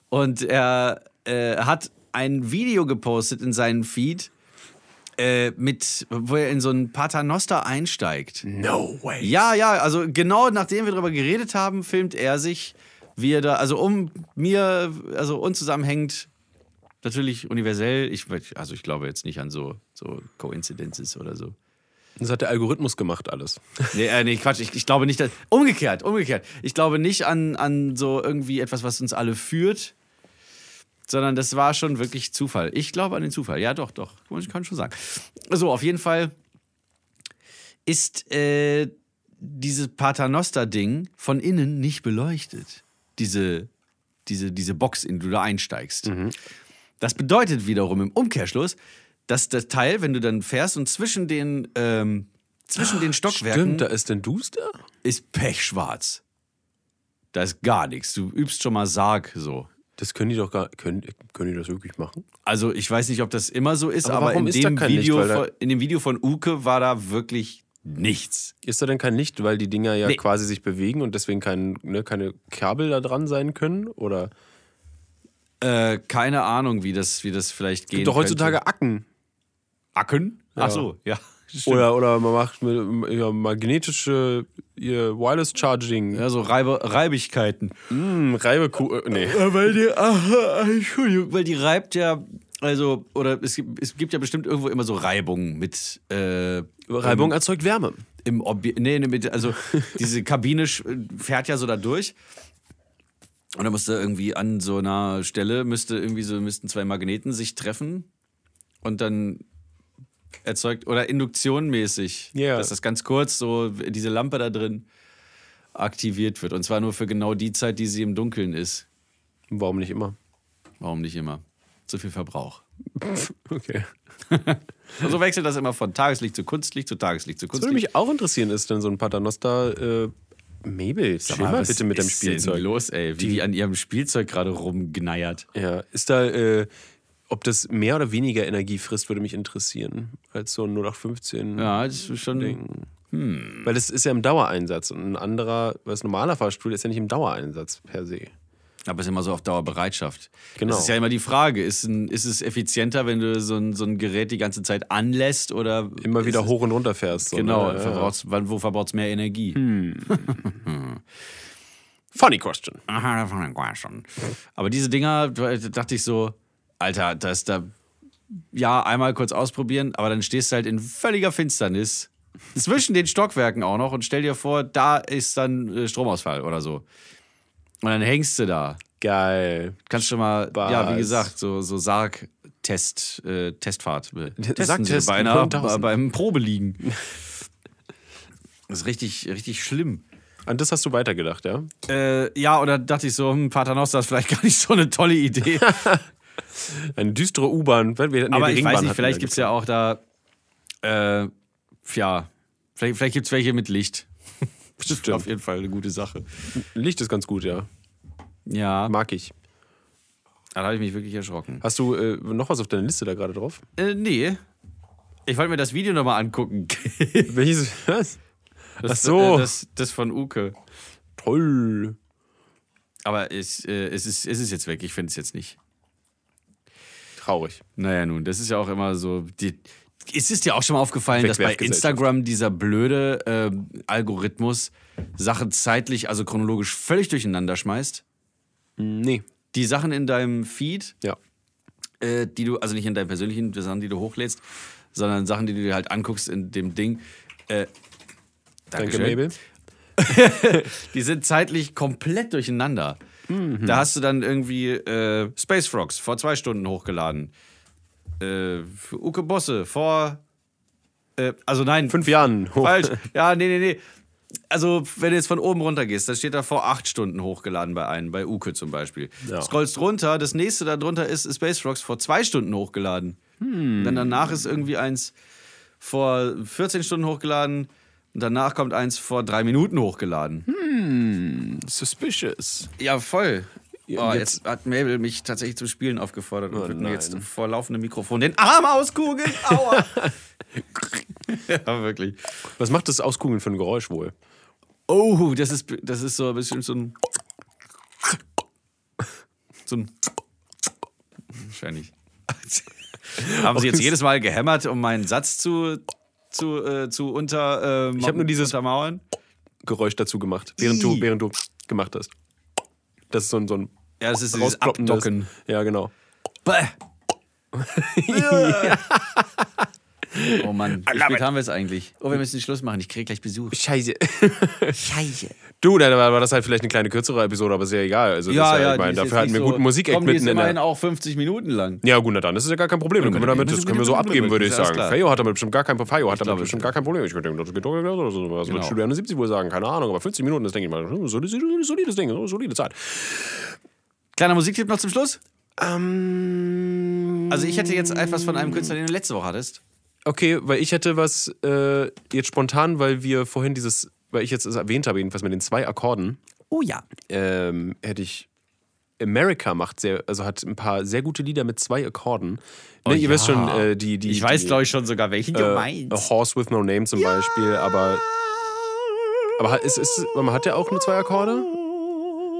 [SPEAKER 2] Und er äh, hat ein Video gepostet in seinen Feed, äh, mit, wo er in so ein Paternoster einsteigt.
[SPEAKER 1] No way.
[SPEAKER 2] Ja, ja, also genau nachdem wir darüber geredet haben, filmt er sich, wie er da, also um mir, also unzusammenhängend, natürlich universell, ich, weiß- also ich glaube jetzt nicht an so, so Coincidences oder so.
[SPEAKER 1] Das hat der Algorithmus gemacht, alles.
[SPEAKER 2] Nee, äh, nee Quatsch, ich, ich glaube nicht, dass, umgekehrt, umgekehrt. Ich glaube nicht an, an so irgendwie etwas, was uns alle führt, sondern das war schon wirklich Zufall. Ich glaube an den Zufall, ja doch, doch, ich kann schon sagen. So, auf jeden Fall ist äh, dieses Paternoster-Ding von innen nicht beleuchtet. Diese, diese, diese Box, in die du da einsteigst.
[SPEAKER 1] Mhm.
[SPEAKER 2] Das bedeutet wiederum im Umkehrschluss, dass das Teil, wenn du dann fährst und zwischen den, ähm, zwischen den Stockwerken
[SPEAKER 1] Stimmt, da ist denn Duster?
[SPEAKER 2] ist pechschwarz. Da ist gar nichts. Du übst schon mal Sarg so.
[SPEAKER 1] Das können die doch gar. Können, können die das wirklich machen?
[SPEAKER 2] Also ich weiß nicht, ob das immer so ist,
[SPEAKER 1] Aber
[SPEAKER 2] aber,
[SPEAKER 1] warum
[SPEAKER 2] in,
[SPEAKER 1] ist da
[SPEAKER 2] dem
[SPEAKER 1] kein
[SPEAKER 2] Video
[SPEAKER 1] Licht? Weil da-
[SPEAKER 2] von, in dem Video von Uke war da wirklich nichts.
[SPEAKER 1] Ist da denn kein Licht, weil die Dinger ja
[SPEAKER 2] Nee.
[SPEAKER 1] quasi sich bewegen und deswegen kein, ne, keine Kabel da dran sein können? Oder.
[SPEAKER 2] Äh, keine Ahnung, wie das, wie das vielleicht geht.
[SPEAKER 1] Doch heutzutage Acken.
[SPEAKER 2] Acken? Ach so, ja. (laughs) Stimmt.
[SPEAKER 1] Oder, oder man macht mit, ja, magnetische ihr Wireless Charging.
[SPEAKER 2] Ja, so Reibe, Reibigkeiten.
[SPEAKER 1] Hm, Reibekuh. Äh, nee.
[SPEAKER 2] (laughs) Weil die,
[SPEAKER 1] (laughs)
[SPEAKER 2] aha, Entschuldigung, weil die reibt ja, also, oder es gibt, es gibt ja bestimmt irgendwo immer so Reibungen mit äh,
[SPEAKER 1] Reibung erzeugt Wärme.
[SPEAKER 2] im Objekt, nee, nee,
[SPEAKER 1] (laughs)
[SPEAKER 2] mit, also diese Kabine sch- fährt ja so da durch. Und da musste irgendwie an so einer Stelle müsste irgendwie so müssten zwei Magneten sich treffen und dann erzeugt oder induktionmäßig,
[SPEAKER 1] Ja.
[SPEAKER 2] dass das ganz kurz so diese Lampe da drin aktiviert wird und zwar nur für genau die Zeit, die sie im Dunkeln ist.
[SPEAKER 1] Warum nicht immer? (laughs)
[SPEAKER 2] Warum nicht immer? zu viel Verbrauch.
[SPEAKER 1] Okay.
[SPEAKER 2] Und so wechselt das immer von Tageslicht zu Kunstlicht zu Tageslicht zu
[SPEAKER 1] Was würde
[SPEAKER 2] Kunstlicht.
[SPEAKER 1] mich auch interessieren, ist denn so ein Paternoster äh, Mabel. Chill mal
[SPEAKER 2] was
[SPEAKER 1] bitte mit dem
[SPEAKER 2] ist denn
[SPEAKER 1] Spielzeug.
[SPEAKER 2] los, ey? Wie die, an ihrem Spielzeug gerade rumgneiert.
[SPEAKER 1] Ja, ist da, äh, ob das mehr oder weniger Energie frisst, würde mich interessieren, als so ein 0815.
[SPEAKER 2] Ja, das ist schon.
[SPEAKER 1] Weil das ist ja im Dauereinsatz und ein anderer, weil das normaler Fahrstuhl ist ja nicht im Dauereinsatz per se.
[SPEAKER 2] Aber es ist immer so auf Dauerbereitschaft.
[SPEAKER 1] Genau.
[SPEAKER 2] Das ist ja immer die Frage. Ist, ein, ist es effizienter, wenn du so ein, so ein Gerät die ganze Zeit anlässt oder.
[SPEAKER 1] Immer wieder
[SPEAKER 2] ist es-
[SPEAKER 1] hoch und runter fährst. So,
[SPEAKER 2] Genau,
[SPEAKER 1] ne? ja.
[SPEAKER 2] verbraucht's, wann- wo verbraucht es mehr Energie?
[SPEAKER 1] Funny question.
[SPEAKER 2] Aha, davon dann war schon. Aber diese Dinger, da dachte ich so, Alter, das da. Ja, einmal kurz ausprobieren, aber dann stehst du halt in völliger Finsternis. (laughs) Zwischen den Stockwerken auch noch und stell dir vor, da ist dann äh, Stromausfall oder so. Und dann hängst du da.
[SPEAKER 1] Geil.
[SPEAKER 2] Kannst schon mal,
[SPEAKER 1] Spaß.
[SPEAKER 2] ja, wie gesagt, so, so Sarg-Test, äh, Testfahrt. Testen Sie
[SPEAKER 1] Sargtest
[SPEAKER 2] bei einer,
[SPEAKER 1] 9000.
[SPEAKER 2] beim Probeliegen. Das ist richtig, richtig schlimm.
[SPEAKER 1] An das hast du weitergedacht, ja?
[SPEAKER 2] Äh, ja, oder dachte ich so, hm, Paternoster ist vielleicht (laughs) gar nicht so eine tolle Idee.
[SPEAKER 1] Eine düstere U-Bahn. weil wir- Nee,
[SPEAKER 2] Aber
[SPEAKER 1] die
[SPEAKER 2] ich
[SPEAKER 1] Ringbahn
[SPEAKER 2] weiß nicht,
[SPEAKER 1] hatten
[SPEAKER 2] vielleicht
[SPEAKER 1] wir
[SPEAKER 2] gibt es ja auch da, äh, ja, vielleicht, vielleicht gibt es welche mit Licht. Bestimmt. Auf jeden Fall eine gute Sache.
[SPEAKER 1] Licht ist ganz gut, ja.
[SPEAKER 2] Ja,
[SPEAKER 1] Mag ich.
[SPEAKER 2] da habe ich mich wirklich erschrocken.
[SPEAKER 1] Hast du äh, noch was auf deiner Liste da gerade
[SPEAKER 2] (laughs)
[SPEAKER 1] drauf?
[SPEAKER 2] Äh, nee. Ich wollte mir das Video nochmal angucken. (laughs)
[SPEAKER 1] Welches? Was?
[SPEAKER 2] Das,
[SPEAKER 1] Ach so.
[SPEAKER 2] äh, Das, das von Uke.
[SPEAKER 1] Toll.
[SPEAKER 2] Aber es, äh, es, ist, es ist jetzt weg. Ich finde es jetzt nicht.
[SPEAKER 1] Traurig.
[SPEAKER 2] Naja, nun, das ist ja auch immer so. Die, es ist dir auch schon mal aufgefallen, dass bei
[SPEAKER 1] Wegwerfgesellschaft.
[SPEAKER 2] Instagram dieser blöde ähm, Algorithmus Sachen zeitlich, also chronologisch völlig durcheinander schmeißt?
[SPEAKER 1] Nee.
[SPEAKER 2] Die Sachen in deinem Feed,
[SPEAKER 1] Ja.
[SPEAKER 2] äh, die du, also nicht in deinem persönlichen, die Sachen, die du hochlädst, sondern Sachen, die du dir halt anguckst in dem Ding. Äh,
[SPEAKER 1] Danke,
[SPEAKER 2] Dankeschön.
[SPEAKER 1] Mabel.
[SPEAKER 2] Die sind zeitlich komplett durcheinander.
[SPEAKER 1] Mhm.
[SPEAKER 2] Da hast du dann irgendwie äh, Space Frogs vor zwei Stunden hochgeladen. Äh, Uke Bosse vor. Äh, also nein.
[SPEAKER 1] Fünf Jahren hoch.
[SPEAKER 2] Falsch.
[SPEAKER 1] (laughs)
[SPEAKER 2] Ja, nee, nee, nee. Also, wenn du jetzt von oben runter gehst, dann steht da vor acht Stunden hochgeladen bei einem, bei Uke zum Beispiel.
[SPEAKER 1] Ja.
[SPEAKER 2] Scrollst runter, das nächste da drunter ist Space Rocks vor zwei Stunden hochgeladen.
[SPEAKER 1] Hm.
[SPEAKER 2] Und dann danach ist irgendwie eins vor 14 Stunden hochgeladen. Und danach kommt eins vor drei Minuten hochgeladen.
[SPEAKER 1] Suspicious.
[SPEAKER 2] Ja, voll.
[SPEAKER 1] Ja,
[SPEAKER 2] oh,
[SPEAKER 1] jetzt-
[SPEAKER 2] jetzt, hat Mabel mich tatsächlich zum Spielen aufgefordert und
[SPEAKER 1] Oh
[SPEAKER 2] wird mir
[SPEAKER 1] nein.
[SPEAKER 2] jetzt vor laufendem Mikrofon den Arm auskugeln. (laughs) Aua! ja, wirklich.
[SPEAKER 1] Was macht das Auskugeln für ein Geräusch wohl?
[SPEAKER 2] Oh, das ist, das ist so ein bisschen so ein. So ein. (laughs) Wahrscheinlich. Haben Sie jetzt jedes Mal gehämmert, um meinen Satz zu, zu, äh, zu unter. Äh, ich
[SPEAKER 1] hab nur dieses-
[SPEAKER 2] Untermauern?
[SPEAKER 1] Geräusch dazu gemacht, während du,
[SPEAKER 2] Ih.
[SPEAKER 1] während du gemacht hast. Das ist so ein, so ein
[SPEAKER 2] Ja, das ist dieses
[SPEAKER 1] rausploppen-
[SPEAKER 2] Abdocken.
[SPEAKER 1] Ja, genau. (laughs)
[SPEAKER 2] Bäh. oh Mann, wie spät haben wir es eigentlich? Oh,
[SPEAKER 1] Hm.
[SPEAKER 2] wir müssen Schluss machen, ich krieg gleich Besuch.
[SPEAKER 1] Scheiße. Du, dann war war das halt vielleicht eine kleine kürzere Episode, aber ist ja egal. Also, das ist ich meine,
[SPEAKER 2] die ist
[SPEAKER 1] dafür
[SPEAKER 2] jetzt
[SPEAKER 1] hatten wir
[SPEAKER 2] nicht
[SPEAKER 1] guten Musik-Act
[SPEAKER 2] Komm, die ist
[SPEAKER 1] mitten in
[SPEAKER 2] immerhin
[SPEAKER 1] der.
[SPEAKER 2] auch 50 Minuten lang.
[SPEAKER 1] Ja, gut, na dann, das ist ja gar kein Problem. Dann können wir damit, das können wir so abgeben, würde ich
[SPEAKER 2] Ist alles
[SPEAKER 1] sagen.
[SPEAKER 2] klar.
[SPEAKER 1] Feio hat damit bestimmt gar kein, Feio hat damit
[SPEAKER 2] glaube,
[SPEAKER 1] bestimmt
[SPEAKER 2] es-
[SPEAKER 1] gar kein Problem. Ich könnte denken, das geht doch oder so. Was wird
[SPEAKER 2] Genau.
[SPEAKER 1] Studio 71 wohl sagen? Keine Ahnung, aber 50 Minuten, das denke ich mal. Solides, solides, solides Ding, so solide Zeit.
[SPEAKER 2] Kleiner Musiktipp noch zum Schluss?
[SPEAKER 1] Ähm.
[SPEAKER 2] Also ich hätte jetzt etwas von einem Künstler, den du letzte Woche hattest.
[SPEAKER 1] Okay, weil ich hätte was äh, jetzt spontan, weil wir vorhin dieses, weil ich jetzt es erwähnt habe, jedenfalls mit den zwei Akkorden,
[SPEAKER 4] Oh ja.
[SPEAKER 1] ähm, hätte ich. America macht sehr, also hat ein paar sehr gute Lieder mit zwei Akkorden. ne, ihr wisst schon, äh, die, die.
[SPEAKER 2] Oh Ich weiß,
[SPEAKER 1] die,
[SPEAKER 2] glaube ich, schon sogar welchen du
[SPEAKER 1] äh, A Horse with No Name zum Beispiel, aber. Aber hat, ist, ist, man hat ja auch nur zwei Akkorde?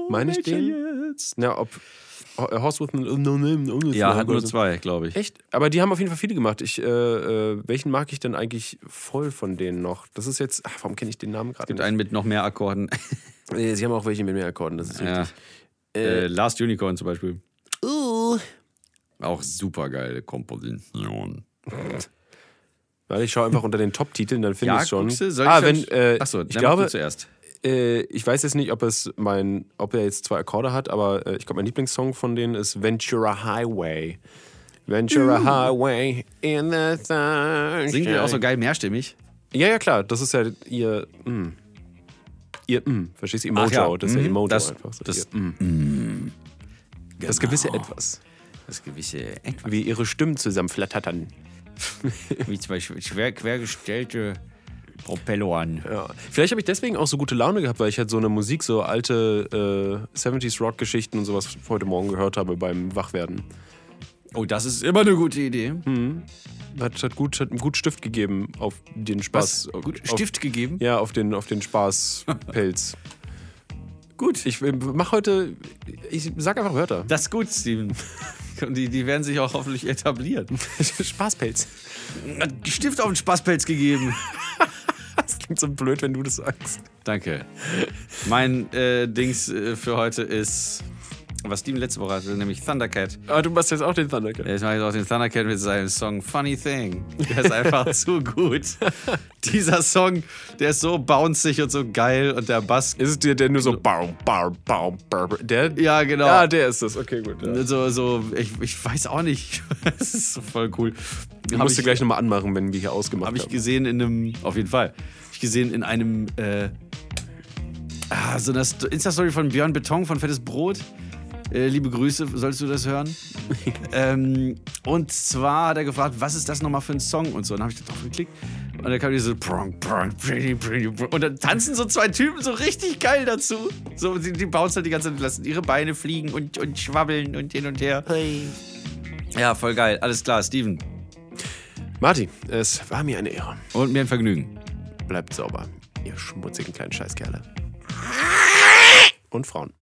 [SPEAKER 1] Meine ich den? Ja, ob. A Horse with No Name. ohne
[SPEAKER 2] Ja,
[SPEAKER 1] Name
[SPEAKER 2] hat
[SPEAKER 1] oder
[SPEAKER 2] nur
[SPEAKER 1] so.
[SPEAKER 2] zwei, glaube ich.
[SPEAKER 1] Echt? Aber die haben auf jeden Fall viele gemacht. Ich, äh, äh, welchen mag ich denn eigentlich voll von denen noch? Das ist jetzt. Ach, warum kenne ich den Namen gerade
[SPEAKER 2] Und
[SPEAKER 1] nicht?
[SPEAKER 2] einen mit noch mehr Akkorden.
[SPEAKER 1] Nee, Sie haben auch welche mit mehr Akkorden, das ist
[SPEAKER 2] ja.
[SPEAKER 1] richtig.
[SPEAKER 2] äh, Last Unicorn zum Beispiel. Uh. Auch super geile Komposition.
[SPEAKER 1] Weil ich schaue einfach unter den Top-Titeln, dann finde ich es schon.
[SPEAKER 2] guckst du? Soll
[SPEAKER 1] ah,
[SPEAKER 2] ich
[SPEAKER 1] wenn. Äh,
[SPEAKER 2] Achso,
[SPEAKER 1] ich glaube,
[SPEAKER 2] zuerst.
[SPEAKER 1] äh, ich weiß jetzt nicht, ob es mein, ob er jetzt zwei Akkorde hat, aber äh, ich glaube, mein Lieblingssong von denen ist Ventura Highway. Ventura Highway in the sunshine.
[SPEAKER 2] Singt ihr auch so geil mehrstimmig?
[SPEAKER 1] Ja, ja, klar. Das ist ja ihr. Mm. Ihr, mm, verstehst du? Emojo.
[SPEAKER 2] Ach ja,
[SPEAKER 1] Das mm. ist ja
[SPEAKER 2] mhm,
[SPEAKER 1] Emojo
[SPEAKER 2] das-
[SPEAKER 1] einfach. So,
[SPEAKER 2] das-
[SPEAKER 1] ihr, mm. das gewisse Etwas.
[SPEAKER 2] Das gewisse Etwas.
[SPEAKER 1] Wie ihre Stimmen zusammenflattern.
[SPEAKER 2] Wie zwei schw- schwer quergestellte Propelloren.
[SPEAKER 1] Ja. Vielleicht habe ich deswegen auch so gute Laune gehabt, weil ich halt so eine Musik, so alte äh, 70s Rock-Geschichten und sowas heute Morgen gehört habe beim Wachwerden.
[SPEAKER 2] Oh, das ist immer eine gute Idee.
[SPEAKER 1] Hm. Hat, hat, gut, hat einen guten Stift gegeben auf den Spaß. Auf,
[SPEAKER 2] Gut,
[SPEAKER 1] auf-
[SPEAKER 2] Stift gegeben.
[SPEAKER 1] Ja, auf den, auf den Spaßpelz. (laughs) Gut. Ich äh, mach heute. Ich sag einfach Wörter.
[SPEAKER 2] Das ist gut, Steven. (laughs) Und die, die werden sich auch hoffentlich etablieren.
[SPEAKER 1] (laughs) Spaßpelz.
[SPEAKER 2] Stift auf den Spaßpelz gegeben.
[SPEAKER 1] Das klingt so blöd, wenn du das sagst.
[SPEAKER 2] Danke. Mein äh, Dings äh, für heute ist, was Steven letzte Woche hatte, nämlich Thundercat.
[SPEAKER 1] Aber du machst jetzt auch den Thundercat.
[SPEAKER 2] Jetzt mache ich auch den Thundercat mit seinem Song Funny Thing. Der
[SPEAKER 1] (laughs)
[SPEAKER 2] ist einfach zu gut. Dieser Song, der ist so bouncy und so geil und der Bass.
[SPEAKER 1] Ist es dir der nur so. Baum, baum, baum, baum, der?
[SPEAKER 2] Ja, genau.
[SPEAKER 1] Genau. Ja, der ist das. Okay, gut. Ja.
[SPEAKER 2] so, so, ich, ich weiß auch nicht. (laughs) Es ist so voll cool.
[SPEAKER 1] Den
[SPEAKER 2] Hab
[SPEAKER 1] musst du
[SPEAKER 2] ich-
[SPEAKER 1] gleich nochmal anmachen, wenn wir hier ausgemacht
[SPEAKER 2] Habe ich
[SPEAKER 1] haben.
[SPEAKER 2] gesehen in einem, auf jeden Fall, hab ich gesehen in einem, äh, ah, so einer Sto- Insta-Story von Björn Beton von Fettes Brot. Äh, liebe Grüße, sollst du das hören? ähm, und zwar hat er gefragt, was ist das nochmal für ein Song und so. Und dann habe ich da drauf geklickt und dann kam diese prong, prong, pretty, pretty, prong. und dann tanzen so zwei Typen so richtig geil dazu. So, die, die bouncen halt die ganze Zeit, lassen ihre Beine fliegen und, und schwabbeln und hin und her. Ja, voll geil. Alles klar, Steven.
[SPEAKER 1] Martin, es war mir eine Ehre.
[SPEAKER 2] Und mir ein Vergnügen.
[SPEAKER 1] Bleibt sauber, ihr schmutzigen kleinen Scheißkerle. Und Frauen.